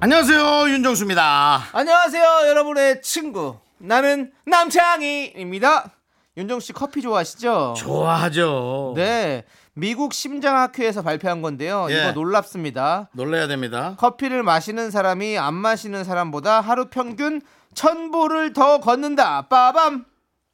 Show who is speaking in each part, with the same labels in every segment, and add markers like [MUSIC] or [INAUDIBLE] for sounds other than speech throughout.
Speaker 1: 안녕하세요 윤정수입니다.
Speaker 2: 안녕하세요, 여러분의 친구. 나는 남창희입니다. 윤정 씨 커피 좋아하시죠?
Speaker 1: 좋아하죠.
Speaker 2: 네. 미국 심장학회에서 발표한 건데요.
Speaker 1: 예.
Speaker 2: 이거 놀랍습니다.
Speaker 1: 놀라야 됩니다.
Speaker 2: 커피를 마시는 사람이 안 마시는 사람보다 하루 평균 천보를 더 걷는다. 빠밤.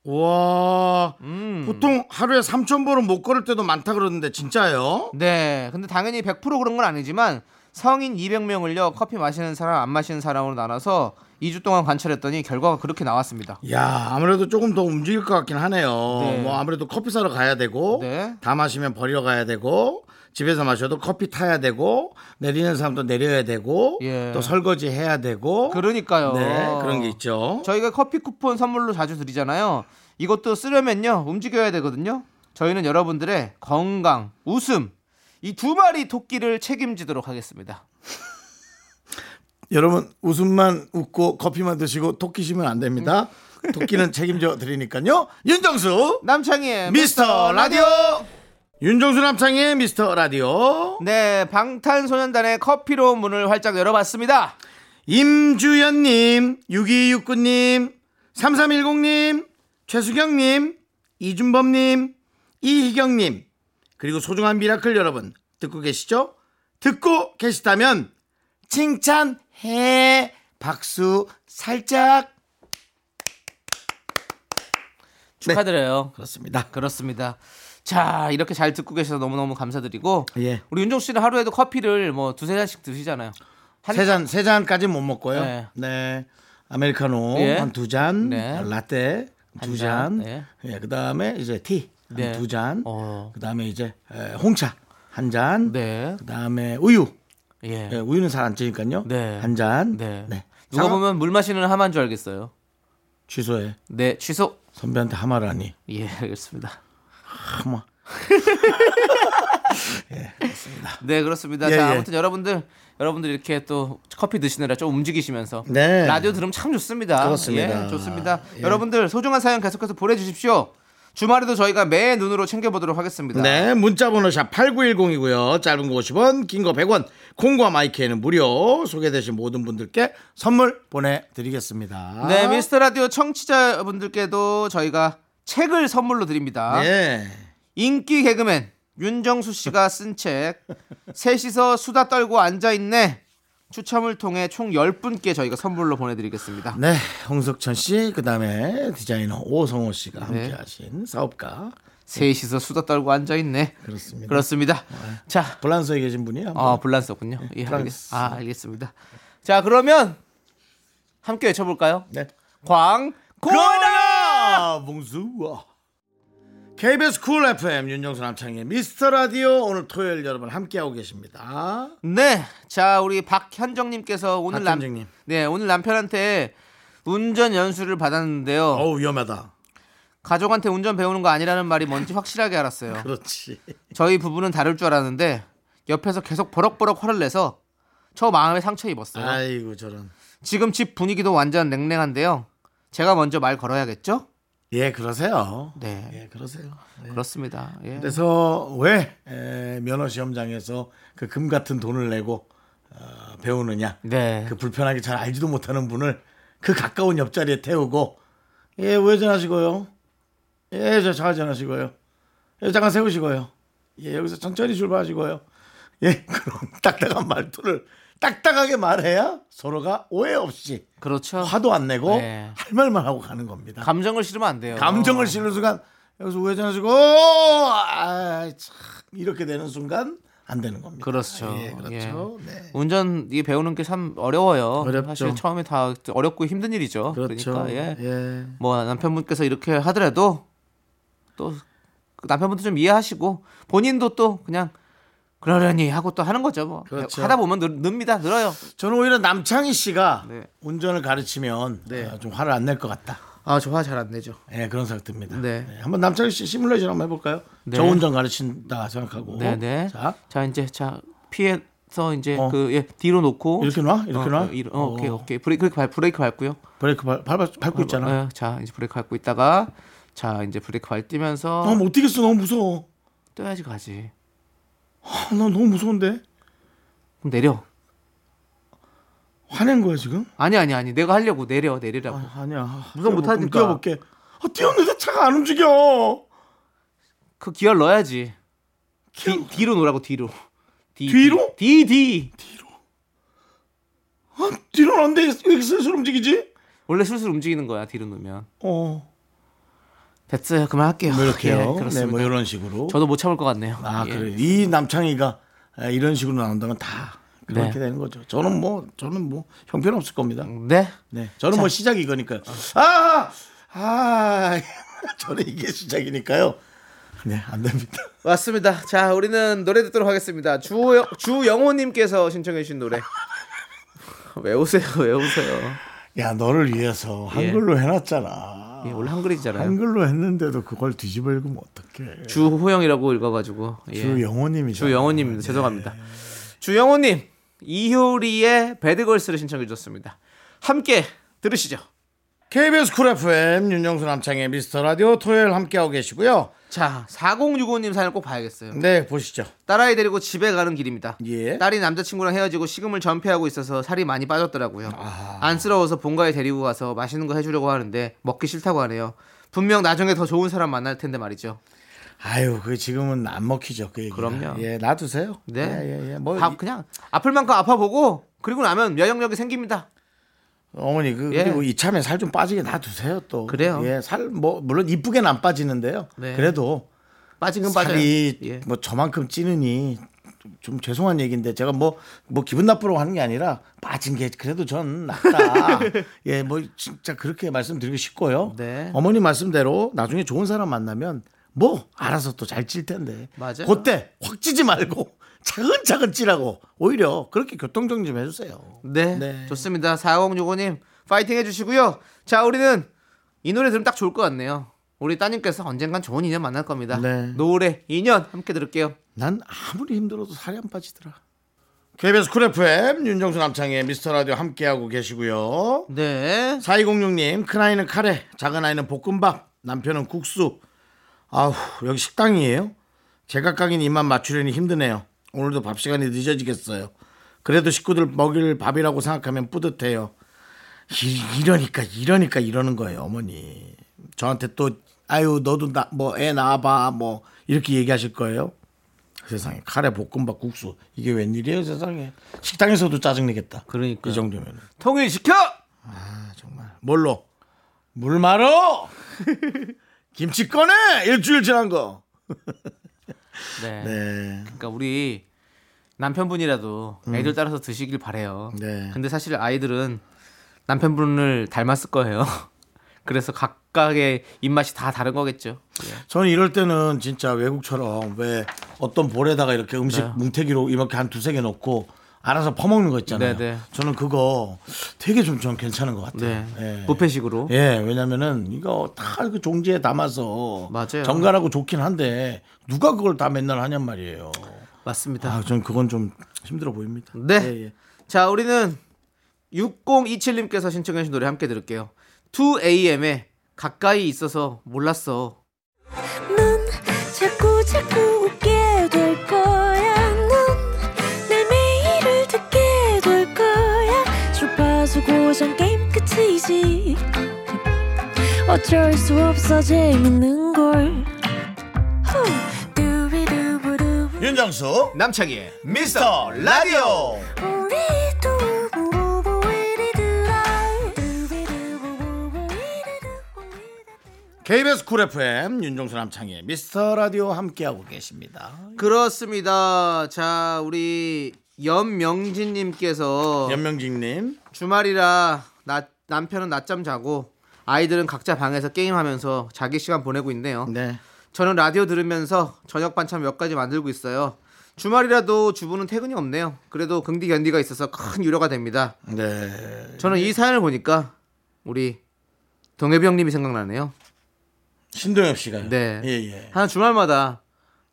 Speaker 1: 와
Speaker 2: 음.
Speaker 1: 보통 하루에 3천 보를 못 걸을 때도 많다 그러는데 진짜요?
Speaker 2: 네. 근데 당연히 100% 그런 건 아니지만 성인 200명을요. 커피 마시는 사람 안 마시는 사람으로 나눠서 2주 동안 관찰했더니 결과가 그렇게 나왔습니다.
Speaker 1: 야 아무래도 조금 더 움직일 것 같긴 하네요.
Speaker 2: 네.
Speaker 1: 뭐 아무래도 커피 사러 가야 되고
Speaker 2: 네.
Speaker 1: 다 마시면 버리러 가야 되고 집에서 마셔도 커피 타야 되고 내리는 사람도 내려야 되고
Speaker 2: 예.
Speaker 1: 또 설거지 해야 되고
Speaker 2: 그러니까요.
Speaker 1: 네 그런 게 있죠.
Speaker 2: 저희가 커피 쿠폰 선물로 자주 드리잖아요. 이것도 쓰려면요 움직여야 되거든요. 저희는 여러분들의 건강, 웃음 이 두 마리 토끼를 책임지도록 하겠습니다.
Speaker 1: 여러분 웃음만 웃고 커피만 드시고 토끼시면 안 됩니다. 토끼는 책임져 드리니까요. 윤정수
Speaker 2: 남창희의
Speaker 1: 네, 미스터 라디오 윤정수 남창의 미스터 라디오
Speaker 2: 네 방탄소년단의 커피로 문을 활짝 열어봤습니다.
Speaker 1: 임주연님 6269님 3310님 최수경님 이준범님 이희경님 그리고 소중한 미라클 여러분 듣고 계시죠? 듣고 계시다면 칭찬해 박수 살짝
Speaker 2: 축하드려요.
Speaker 1: 그렇습니다.
Speaker 2: 그렇습니다. 자 이렇게 잘 듣고 계셔서 너무너무 감사드리고
Speaker 1: 예.
Speaker 2: 우리 윤종 씨는 하루에도 커피를 뭐 두세 잔씩 드시잖아요. 한-
Speaker 1: 세 잔, 세 잔까지는 못 먹고요. 네.
Speaker 2: 네.
Speaker 1: 아메리카노
Speaker 2: 예.
Speaker 1: 한 두 잔,
Speaker 2: 네.
Speaker 1: 라떼 두
Speaker 2: 한
Speaker 1: 잔,
Speaker 2: 잔,
Speaker 1: 예, 그 다음에 이제 티 두
Speaker 2: 네.
Speaker 1: 잔,
Speaker 2: 어.
Speaker 1: 그 다음에 이제 에, 홍차 한 잔,
Speaker 2: 네.
Speaker 1: 그 다음에 우유,
Speaker 2: 예.
Speaker 1: 예, 우유는 잘 안 찌니까요.
Speaker 2: 네.
Speaker 1: 한 잔,
Speaker 2: 네.
Speaker 1: 네.
Speaker 2: 누가
Speaker 1: 상황-
Speaker 2: 보면 물 마시는 하마인 줄 알겠어요.
Speaker 1: 취소해
Speaker 2: 네 취소.
Speaker 1: 선배한테 하마라니
Speaker 2: 예, 알겠습니다.
Speaker 1: 하마.
Speaker 2: 네, 그렇습니다.
Speaker 1: 예,
Speaker 2: 자,
Speaker 1: 예.
Speaker 2: 아무튼 여러분들, 여러분들 이렇게 또 커피 드시느라 좀 움직이시면서
Speaker 1: 네.
Speaker 2: 라디오 들으면 참 좋습니다.
Speaker 1: 그렇습니다.
Speaker 2: 예, 좋습니다.
Speaker 1: 예.
Speaker 2: 여러분들 소중한 사연 계속해서 보내주십시오. 주말에도 저희가 매 눈으로 챙겨보도록 하겠습니다.
Speaker 1: 네, 문자번호 샵 8910이고요. 짧은 거 50원, 긴 거 100원. 콩과 마이크에는 무료. 소개되신 모든 분들께 선물 보내드리겠습니다.
Speaker 2: 네, 미스터 라디오 청취자분들께도 저희가 책을 선물로 드립니다.
Speaker 1: 예.
Speaker 2: 인기 개그맨 윤정수 씨가 쓴
Speaker 1: [LAUGHS]
Speaker 2: 책 셋이서 수다 떨고 앉아있네 추첨을 통해 총 10분께 저희가 선물로 보내드리겠습니다.
Speaker 1: 네, 홍석천 씨, 그 다음에 디자이너 오성호 씨가
Speaker 2: 네.
Speaker 1: 함께하신 사업가
Speaker 2: 셋이서 수다 떨고 앉아있네.
Speaker 1: 그렇습니다. 네.
Speaker 2: 그렇습니다. 자,
Speaker 1: 불란서에 계신 분이 한 분.
Speaker 2: 어, 불란서군요. 예,
Speaker 1: 프랑스.
Speaker 2: 알겠, 아, 알겠습니다. 자, 그러면 함께 외쳐볼까요?
Speaker 1: 네.
Speaker 2: 광고라!
Speaker 1: 봉수와 KBS 쿨 FM 윤정수 남창의 미스터 라디오 오늘 토요일 여러분 함께하고 계십니다.
Speaker 2: 네, 자 우리 박현정님께서 오늘
Speaker 1: 박현정님.
Speaker 2: 남, 네 오늘 남편한테 운전 연수를 받았는데요.
Speaker 1: 어우 위험하다.
Speaker 2: 가족한테 운전 배우는 거 아니라는 말이 뭔지 확실하게 알았어요.
Speaker 1: 그렇지.
Speaker 2: 저희 부부는 다를 줄 알았는데 옆에서 계속 버럭버럭 화를 내서 저 마음에 상처 입었어요.
Speaker 1: 아이고 저런.
Speaker 2: 지금 집 분위기도 완전 냉랭한데요. 제가 먼저 말 걸어야겠죠?
Speaker 1: 예, 그러세요.
Speaker 2: 네.
Speaker 1: 예, 그러세요. 네.
Speaker 2: 그렇습니다. 예.
Speaker 1: 그래서 왜 에, 면허 시험장에서 그 금 같은 돈을 내고 어, 배우느냐?
Speaker 2: 네.
Speaker 1: 그 불편하게 잘 알지도 못하는 분을 그 가까운 옆자리에 태우고 예, 우회전하시고요. 예, 저 좌회전하시고요. 예, 잠깐 세우시고요. 예, 여기서 천천히 출발하시고요. 예, 그런 [LAUGHS] 딱딱한 말투를 딱딱하게 말해야 서로가 오해 없이
Speaker 2: 그렇죠.
Speaker 1: 화도 안 내고
Speaker 2: 네.
Speaker 1: 할 말만 하고 가는 겁니다.
Speaker 2: 감정을 어. 실으면 안 돼요.
Speaker 1: 감정을 실는 순간 여기서 우회전하시고 아, 참 이렇게 되는 순간 안 되는 겁니다.
Speaker 2: 그렇죠.
Speaker 1: 예, 그렇죠. 네.
Speaker 2: 운전 이 배우는 게 참 어려워요.
Speaker 1: 어렵죠.
Speaker 2: 사실 처음에 다 어렵고 힘든 일이죠. 그러니
Speaker 1: 그렇죠.
Speaker 2: 까 예.
Speaker 1: 예.
Speaker 2: 뭐 남편분께서 이렇게 그 하더라도 또그 남편분도 좀 이해하시고 본인도 또 그냥 그러려니 하고 또 하는 거죠 뭐
Speaker 1: 그렇죠.
Speaker 2: 하다 보면 늘, 늡니다 늘어요
Speaker 1: 저는 오히려 남창희 씨가
Speaker 2: 네.
Speaker 1: 운전을 가르치면
Speaker 2: 네.
Speaker 1: 아, 좀 화를 안 낼 것 같다.
Speaker 2: 아 저 화 잘 안 내죠
Speaker 1: 예, 그런 생각 듭니다.
Speaker 2: 네.
Speaker 1: 예, 한번 남창희 씨 시뮬레이션 한번 해볼까요?
Speaker 2: 네.
Speaker 1: 저 운전 가르친다 생각하고.
Speaker 2: 네네
Speaker 1: 어? 자,
Speaker 2: 자, 이제 자 피해서 이제
Speaker 1: 어.
Speaker 2: 그 예, 뒤로 놓고
Speaker 1: 이렇게 놔? 이렇게
Speaker 2: 어,
Speaker 1: 놔?
Speaker 2: 어, 이리- 어, 오케이
Speaker 1: 어.
Speaker 2: 오케이 브레이크 밟 브레이크 밟고요
Speaker 1: 브레이크 밟, 밟, 밟고 있잖아.
Speaker 2: 어, 자 이제 브레이크 밟고 있다가 자 이제 브레이크 밟뛰면서
Speaker 1: 아, 못 뛰겠어. 너무 무서워.
Speaker 2: 떠야지 가지
Speaker 1: 아, 나 너무 무서운데?
Speaker 2: 그럼 내려
Speaker 1: 화낸 거야, 지금?
Speaker 2: 아니 아니 아니 내가 하려고 내려 내리라고
Speaker 1: 아, 아니야. 뛰어볼-
Speaker 2: 무서워 못하니까.
Speaker 1: 뛰어볼게. 아, 뛰었는데 차가 안 움직여.
Speaker 2: 그 기어 넣어야지
Speaker 1: 기어-
Speaker 2: 뒤, 뒤로 놓으라고 뒤로 뒤,
Speaker 1: 뒤로?
Speaker 2: 뒤, 뒤
Speaker 1: 아, 뒤로 나는데 왜 이렇게 슬슬 움직이지?
Speaker 2: 원래 슬슬 움직이는 거야 뒤로 놓으면
Speaker 1: 어.
Speaker 2: 됐어요 그만할게요
Speaker 1: 뭐 이렇게요.
Speaker 2: [LAUGHS] 예,
Speaker 1: 네,
Speaker 2: 그렇습니다
Speaker 1: 뭐 이런 식으로.
Speaker 2: 저도 못 참을 것 같네요
Speaker 1: 아,
Speaker 2: 예.
Speaker 1: 그래. 이 남창희가 아, 이런 식으로 나온다면 다 그렇게
Speaker 2: 네.
Speaker 1: 되는 거죠. 저는 뭐 저는 뭐 형편 없을 겁니다.
Speaker 2: 네
Speaker 1: 네. 저는 뭐 시작이 이거니까요. 아! 아! [LAUGHS] 저는 이게 시작이니까요. 네, 안 됩니다.
Speaker 2: 맞습니다 자 우리는 노래 듣도록 하겠습니다 주호 주영호님께서 신청해 주신 노래 [LAUGHS] 왜 오세요 왜 오세요
Speaker 1: 야, 너를 위해서 한글로 해놨잖아.
Speaker 2: 예, 원래 한글이잖아요
Speaker 1: 한글로 했는데도 그걸 뒤집어 읽으면 어떡해.
Speaker 2: 주호영이라고 읽어가지고 예.
Speaker 1: 주영호님이
Speaker 2: 주영호님 죄송합니다. 주영호님 이효리의 배드걸스를 신청해 주셨습니다. 함께 들으시죠.
Speaker 1: KBS 쿨 FM 윤정수 남창의 미스터 라디오 토요일 함께하고 계시고요.
Speaker 2: 자 4065님 사연을 꼭 봐야겠어요.
Speaker 1: 네, 보시죠.
Speaker 2: 딸아이 데리고 집에 가는 길입니다.
Speaker 1: 예.
Speaker 2: 딸이 남자친구랑 헤어지고 식음을 전폐하고 있어서 살이 많이 빠졌더라고요.
Speaker 1: 아.
Speaker 2: 안쓰러워서 본가에 데리고 가서 맛있는 거 해주려고 하는데 먹기 싫다고 하네요. 분명 나중에 더 좋은 사람 만날 텐데 말이죠.
Speaker 1: 아유, 그 지금은 안 먹히죠. 그 얘기.
Speaker 2: 그럼요.
Speaker 1: 예, 놔두세요.
Speaker 2: 네.
Speaker 1: 예, 예, 예. 뭐
Speaker 2: 밥
Speaker 1: 이-
Speaker 2: 그냥 아플 만큼 아파보고 그리고 나면 면역력이 생깁니다.
Speaker 1: 어머니 그
Speaker 2: 예.
Speaker 1: 그리고 이참에 살 좀 빠지게 놔두세요 또.
Speaker 2: 그래요?
Speaker 1: 예, 살 뭐 물론 이쁘게는 안 빠지는데요.
Speaker 2: 네.
Speaker 1: 그래도
Speaker 2: 빠진 건 빠져요.
Speaker 1: 살이
Speaker 2: 예.
Speaker 1: 뭐 저만큼 찌느니 좀 죄송한 얘기인데 제가 뭐 뭐 기분 나쁘라고 하는 게 아니라 빠진 게 그래도 전
Speaker 2: [LAUGHS]
Speaker 1: 낫다. 예, 뭐 진짜 그렇게 말씀드리고 싶고요.
Speaker 2: 네.
Speaker 1: 어머니 말씀대로 나중에 좋은 사람 만나면 뭐 알아서 또 잘 찔 텐데.
Speaker 2: 맞아요.
Speaker 1: 그때 확 찌지 말고 [LAUGHS] 차근차근 찌라고 오히려 그렇게 교통정리 좀 해주세요.
Speaker 2: 네,
Speaker 1: 네.
Speaker 2: 좋습니다. 4065님 파이팅 해주시고요. 자, 우리는 이 노래 들으면 딱 좋을 것 같네요. 우리 따님께서 언젠간 좋은 인연 만날 겁니다.
Speaker 1: 네.
Speaker 2: 노래 인연 함께 들을게요.
Speaker 1: 난 아무리 힘들어도 살이 안 빠지더라. KBS 쿨 FM 윤정수 남창의 미스터 라디오 함께하고 계시고요.
Speaker 2: 네,
Speaker 1: 4206님 큰아이는 카레 작은아이는 볶음밥 남편은 국수 아우 여기 식당이에요 제각각인 입맛 맞추려니 힘드네요 오늘도 밥 시간이 늦어지겠어요 그래도 식구들 먹일 밥이라고 생각하면 뿌듯해요 이, 러니까 이러니까 이러는 거예요 어머니 저한테 또 아유 너도 뭐 애 낳아봐 뭐 이렇게 얘기하실 거예요 그 세상에 카레 볶음밥 국수 이게 웬일이에요 세상에 식당에서도 짜증내겠다
Speaker 2: 그러니까요.
Speaker 1: 이 정도면
Speaker 2: 통일 시켜.
Speaker 1: 정말 뭘로 물 말어 [LAUGHS] 김치 꺼내 일주일 지난 거
Speaker 2: 네.
Speaker 1: 네.
Speaker 2: 그러니까 우리 남편분이라도 애들 따라서 드시길 바래요.
Speaker 1: 네.
Speaker 2: 근데 사실 아이들은 남편분을 닮았을 거예요. [LAUGHS] 그래서 각각의 입맛이 다 다른 거겠죠. 예.
Speaker 1: 저는 이럴 때는 진짜 외국처럼 왜 어떤 볼에다가 이렇게 음식
Speaker 2: 네.
Speaker 1: 뭉태기로 이렇게 한 두세 개 넣고 알아서 퍼먹는 거 있잖아요.
Speaker 2: 네, 네.
Speaker 1: 저는 그거 되게 좀 전 괜찮은 것 같아요.
Speaker 2: 네,
Speaker 1: 예.
Speaker 2: 부페식으로.
Speaker 1: 예, 왜냐면은 이거 다 그 종지에 담아서
Speaker 2: 맞아요.
Speaker 1: 정갈하고 좋긴 한데 누가 그걸 다 맨날 하냔 말이에요.
Speaker 2: 맞습니다.
Speaker 1: 아, 저는 그건 좀 힘들어 보입니다.
Speaker 2: 네.
Speaker 1: 예, 예.
Speaker 2: 자, 우리는 6027님께서 신청해 주신 노래 함께 들을게요. 2AM의 가까이 있어서 몰랐어.
Speaker 3: 넌 자꾸 자꾸 웃게 될 거야. 넌내 매일을 듣게 될 거야. 주파수 고정 게임 끝이지. 어쩔 수 없어 재밌는 걸. 후.
Speaker 1: 예.
Speaker 3: 두비두부두부.
Speaker 1: 윤정수
Speaker 2: 남창희의
Speaker 1: 미스터 라디오
Speaker 3: 우리 두부부부 우리 두라. 두비두부부부 우리 두부부.
Speaker 1: KBS 쿨 FM 윤종수 남창희 미스터 라디오 함께하고 계십니다
Speaker 2: 그렇습니다. 자, 우리 연명진 님께서
Speaker 1: 연명직님
Speaker 2: 주말이라 나- 남편은 낮잠 자고 아이들은 각자 방에서 게임하면서 자기 시간 보내고 있네요.
Speaker 1: 네
Speaker 2: 저는 라디오 들으면서 저녁 반찬 몇 가지 만들고 있어요. 주말이라도 주부는 퇴근이 없네요. 그래도 긍디 견디가 있어서 큰 유료가 됩니다.
Speaker 1: 네.
Speaker 2: 저는 이 사연을 보니까 우리 동해비 형님이 생각나네요.
Speaker 1: 신동엽 씨가요.
Speaker 2: 네.
Speaker 1: 예, 예.
Speaker 2: 한 주말마다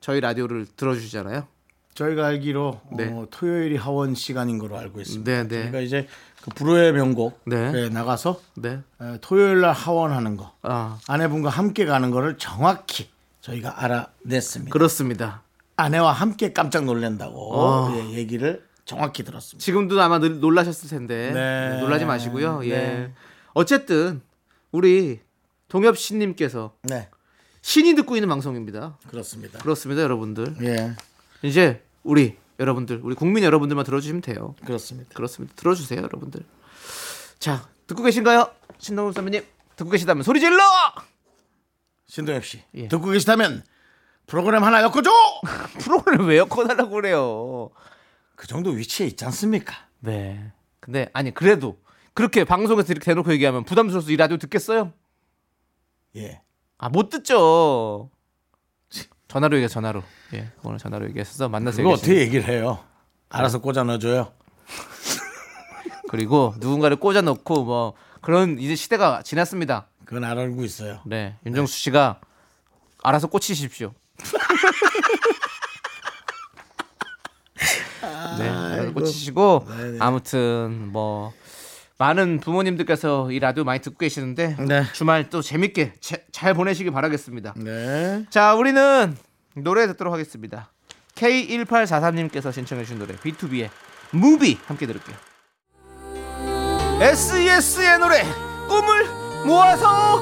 Speaker 2: 저희 라디오를 들어주시잖아요.
Speaker 1: 저희가 알기로
Speaker 2: 네.
Speaker 1: 어, 토요일이 하원 시간인 걸로 알고 있습니다.
Speaker 2: 네, 네.
Speaker 1: 그러니까 이제 그 불후의 명곡에
Speaker 2: 네.
Speaker 1: 나가서
Speaker 2: 네.
Speaker 1: 에, 토요일 날 하원하는 거
Speaker 2: 아,
Speaker 1: 아내분과 함께 가는 거를 정확히 저희가 알아냈습니다.
Speaker 2: 그렇습니다.
Speaker 1: 아내와 함께 깜짝 놀란다고
Speaker 2: 어.
Speaker 1: 예, 얘기를 정확히 들었습니다.
Speaker 2: 지금도 아마 늘- 놀라셨을 텐데
Speaker 1: 네.
Speaker 2: 놀라지 마시고요. 예.
Speaker 1: 네.
Speaker 2: 어쨌든 우리 동엽 신님께서
Speaker 1: 네,
Speaker 2: 신이 듣고 있는 방송입니다.
Speaker 1: 그렇습니다.
Speaker 2: 그렇습니다, 여러분들.
Speaker 1: 예,
Speaker 2: 이제 우리 여러분들, 우리 국민 여러분들만 들어주시면 돼요.
Speaker 1: 그렇습니다.
Speaker 2: 그렇습니다. 들어주세요, 여러분들. 자, 듣고 계신가요, 신동엽 선배님? 듣고 계시다면 소리 질러!
Speaker 1: 신동엽 씨
Speaker 2: 예.
Speaker 1: 듣고 계시다면 프로그램 하나 [LAUGHS] 엮어줘.
Speaker 2: 프로그램 왜 엮어달라고 그래요?
Speaker 1: 그 정도 위치에 있지 않습니까?
Speaker 2: 네. 근데 아니 그래도 그렇게 방송에서 이렇게 대놓고 얘기하면 부담스러워서 이 라디오 듣겠어요?
Speaker 1: 예,
Speaker 2: 아 못 듣죠. 전화로 얘기해 전화로. 예, 오늘 전화로 얘기했어서 만나서
Speaker 1: 그거
Speaker 2: 얘기했어요.
Speaker 1: 어떻게 얘기를 해요? 알아서 꽂아 넣어줘요.
Speaker 2: 그리고 누군가를 꽂아 넣고 뭐 그런 이제 시대가 지났습니다.
Speaker 1: 그건 알고 있어요.
Speaker 2: 네, 윤정수 씨가 알아서 [LAUGHS] 꽂히십시오. 네, 알아서 꽂히시고 아무튼 뭐 많은 부모님들께서 이 라디오 많이 듣고 계시는데
Speaker 1: 네.
Speaker 2: 주말 또 재밌게 제- 잘 보내시길 바라겠습니다.
Speaker 1: 네,
Speaker 2: 자, 우리는 노래 듣도록 하겠습니다. K1843님께서 신청해 주신 노래 B2B의 무비 함께 들을게요. SES의 노래 꿈을 모아서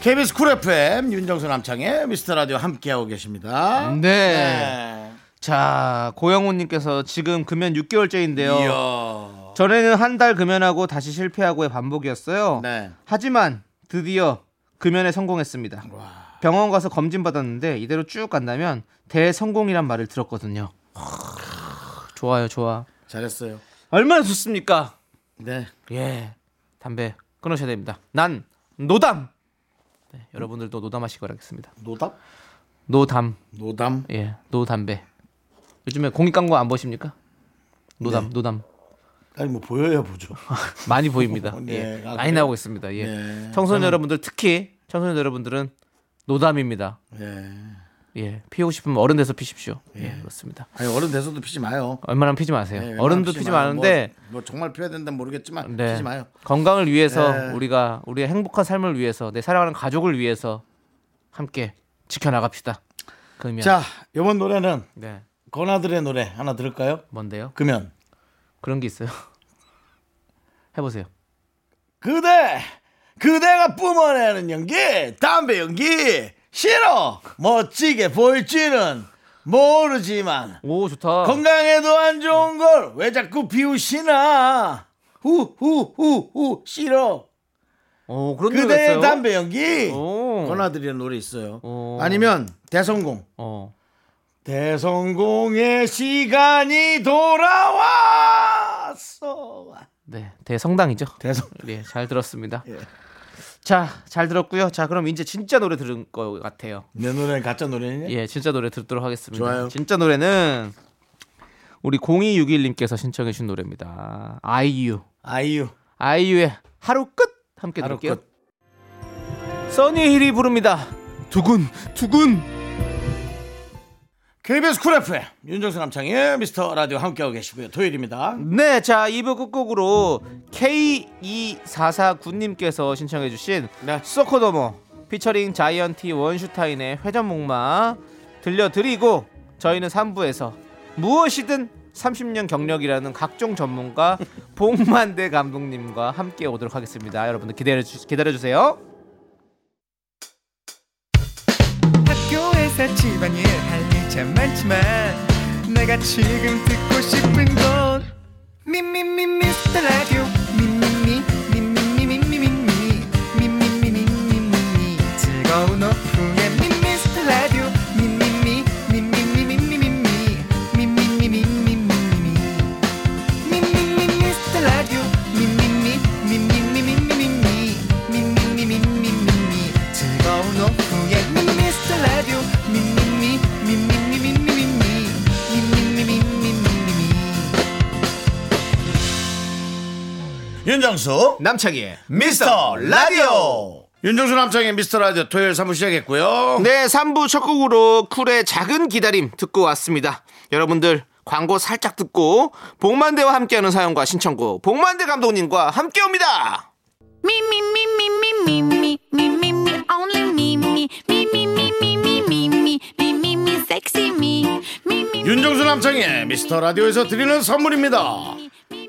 Speaker 1: KBS 쿨 FM 윤정수 남창의 미스터 라디오 함께하고 계십니다.
Speaker 2: 네. 자, 고영호 님께서 지금 금연 6개월째인데요.
Speaker 1: 네. 이야.
Speaker 2: 전에는 한 달 금연하고 다시 실패하고의 반복이었어요.
Speaker 1: 네.
Speaker 2: 하지만 드디어 금연에 성공했습니다. 병원 가서 검진 받았는데 이대로 쭉 간다면 대성공이란 말을 들었거든요. 좋아요, 좋아.
Speaker 1: 잘했어요.
Speaker 2: 얼마나 좋습니까?
Speaker 1: 네.
Speaker 2: 예. 담배 끊으셔야 됩니다. 난 노담. 네, 여러분들도 노담하시기 바라겠습니다.
Speaker 1: 노답?
Speaker 2: 노담.
Speaker 1: 노담?
Speaker 2: 예. 노담배. 요즘에 공익 광고 안 보십니까? 노담,
Speaker 1: 네.
Speaker 2: 노담.
Speaker 1: 아니 뭐 보여야 [LAUGHS] 보죠.
Speaker 2: 많이 보입니다.
Speaker 1: [LAUGHS] 네,
Speaker 2: 예.
Speaker 1: 아,
Speaker 2: 많이
Speaker 1: 그래요?
Speaker 2: 나오고 있습니다. 예.
Speaker 1: 네,
Speaker 2: 청소년 여러분들 특히 청소년 여러분들은 노담입니다.
Speaker 1: 예.
Speaker 2: 예. 피우고 싶으면 어른 돼서 피십시오. 예. 그렇습니다.
Speaker 1: 아니 어른 돼서도 피지 마요.
Speaker 2: 얼마나 피지 마세요.
Speaker 1: 네,
Speaker 2: 어른도
Speaker 1: 피지
Speaker 2: 피지
Speaker 1: 마요.
Speaker 2: 많은데
Speaker 1: 뭐, 뭐 정말 피해야 된다 모르겠지만
Speaker 2: 네.
Speaker 1: 피지 마요.
Speaker 2: 건강을 위해서
Speaker 1: 네.
Speaker 2: 우리가 우리의 행복한 삶을 위해서 내 사랑하는 가족을 위해서 함께 지켜나갑시다. 금연.
Speaker 1: 자, 이번 노래는
Speaker 2: 네.
Speaker 1: 건아들의 노래 하나 들을까요?
Speaker 2: 뭔데요?
Speaker 1: 금연.
Speaker 2: 그런 게 있어요. [LAUGHS] 해보세요.
Speaker 1: 그대 그대가 뿜어내는 연기 담배 연기 싫어 멋지게 보일지는 모르지만
Speaker 2: 오 좋다.
Speaker 1: 건강에도 안 좋은 걸 왜 자꾸 비우시나 후후후후 싫어
Speaker 2: 오 그런 노래가
Speaker 1: 그대의
Speaker 2: 있어요.
Speaker 1: 담배 연기
Speaker 2: 오.
Speaker 1: 권아들이라는 노래 있어요
Speaker 2: 오.
Speaker 1: 아니면 대성공
Speaker 2: 어.
Speaker 1: 대성공의 시간이 돌아왔어
Speaker 2: 네 대성당이죠.
Speaker 1: 대성
Speaker 2: 예, 잘 들었습니다. 자, 잘 들었고요. 자, 그럼 이제 진짜 노래 들은 것 같아요.
Speaker 1: 내 노래는 가짜 노래냐
Speaker 2: 예, 진짜 노래 듣도록 하겠습니다.
Speaker 1: 좋아요.
Speaker 2: 진짜 노래는 우리 0261님께서 신청해 주신 노래입니다. 아이유.
Speaker 1: 아이유
Speaker 2: 아이유의 하루 끝 함께
Speaker 1: 하루
Speaker 2: 들을게요. 써니힐이 부릅니다. 두근 두근.
Speaker 1: KBS 쿨 FM 윤정수 남창의 미스터 라디오 함께하고 계시고요 토요일입니다
Speaker 2: 네, 자, 2부 끝곡으로 K2449님께서 신청해 주신
Speaker 1: 네.
Speaker 2: 소코도모 피처링 자이언티 원슈타인의 회전목마 들려드리고 저희는 3부에서 무엇이든 30년 경력이라는 각종 전문가 봉만대 감독님과 함께 오도록 하겠습니다. 여러분들 기다려 주, 기다려 주세요.
Speaker 4: 학교에서 집안일 할 일 참 많지만 내가 지금 듣고 싶은 건 미미미 미스터 라디오 미미미 미미미 미미미 미미미 미미미 즐거운 오후에 미스터 라디오 미미미 미미미 미미미 미미미 미미미 즐거운 오후에 미스터 라디오 미미미 미미미
Speaker 5: 윤정수
Speaker 2: 남창희의
Speaker 5: 미스터 라디오
Speaker 1: 윤정수 남창의 미스터 라디오 토요일 3부 시작했고요.
Speaker 2: 네, 3부 첫 곡으로 쿨의 작은 기다림 듣고 왔습니다. 여러분들 광고 살짝 듣고 복만대와 함께하는 사연과 신청곡 복만대 감독님과 함께 옵니다.
Speaker 3: Me, me, me, me, me, me, me, me, me, me, only me, me, me, me, me, me, me, me, me, me, me, me, sexy me, me, me,
Speaker 1: 윤정수 남창의 미스터 라디오에서 드리는 선물입니다.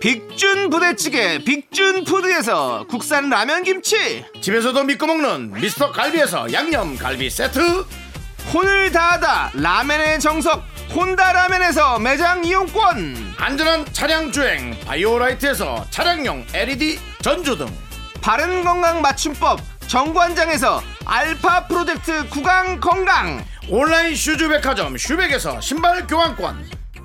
Speaker 2: 빅준 부대찌개 빅준 푸드에서 국산 라면 김치
Speaker 1: 집에서도 믿고 먹는 미스터 갈비에서 양념 갈비 세트.
Speaker 2: 혼을 다하다 라면의 정석 혼다 라면에서 매장 이용권
Speaker 1: 안전한 차량 주행 바이오라이트에서 차량용 LED 전조등
Speaker 2: 바른 건강 맞춤법 정관장에서 알파 프로젝트 구강 건강
Speaker 1: 온라인 슈즈 백화점 슈백에서 신발 교환권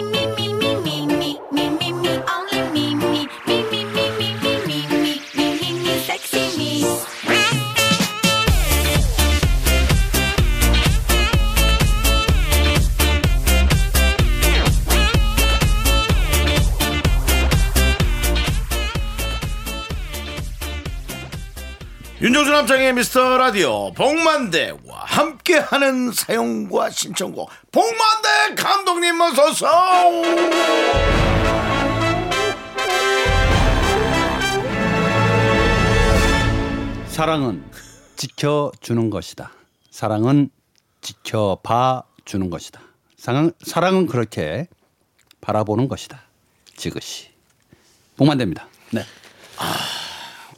Speaker 3: me, me, me, me, me, me, me, me, only me, me, me, me, me, me, me, me, me, me, me, me, sexy me.
Speaker 1: 윤정수 남창의 미스터 라디오 복만대와 함께하는 사용과 신청곡 복만대 감독님 어서오세요
Speaker 6: 사랑은 지켜주는 것이다. 사랑은 지켜봐 주는 것이다. 사랑은, 사랑은 그렇게 바라보는 것이다. 지그시. 복만됩니다. 네.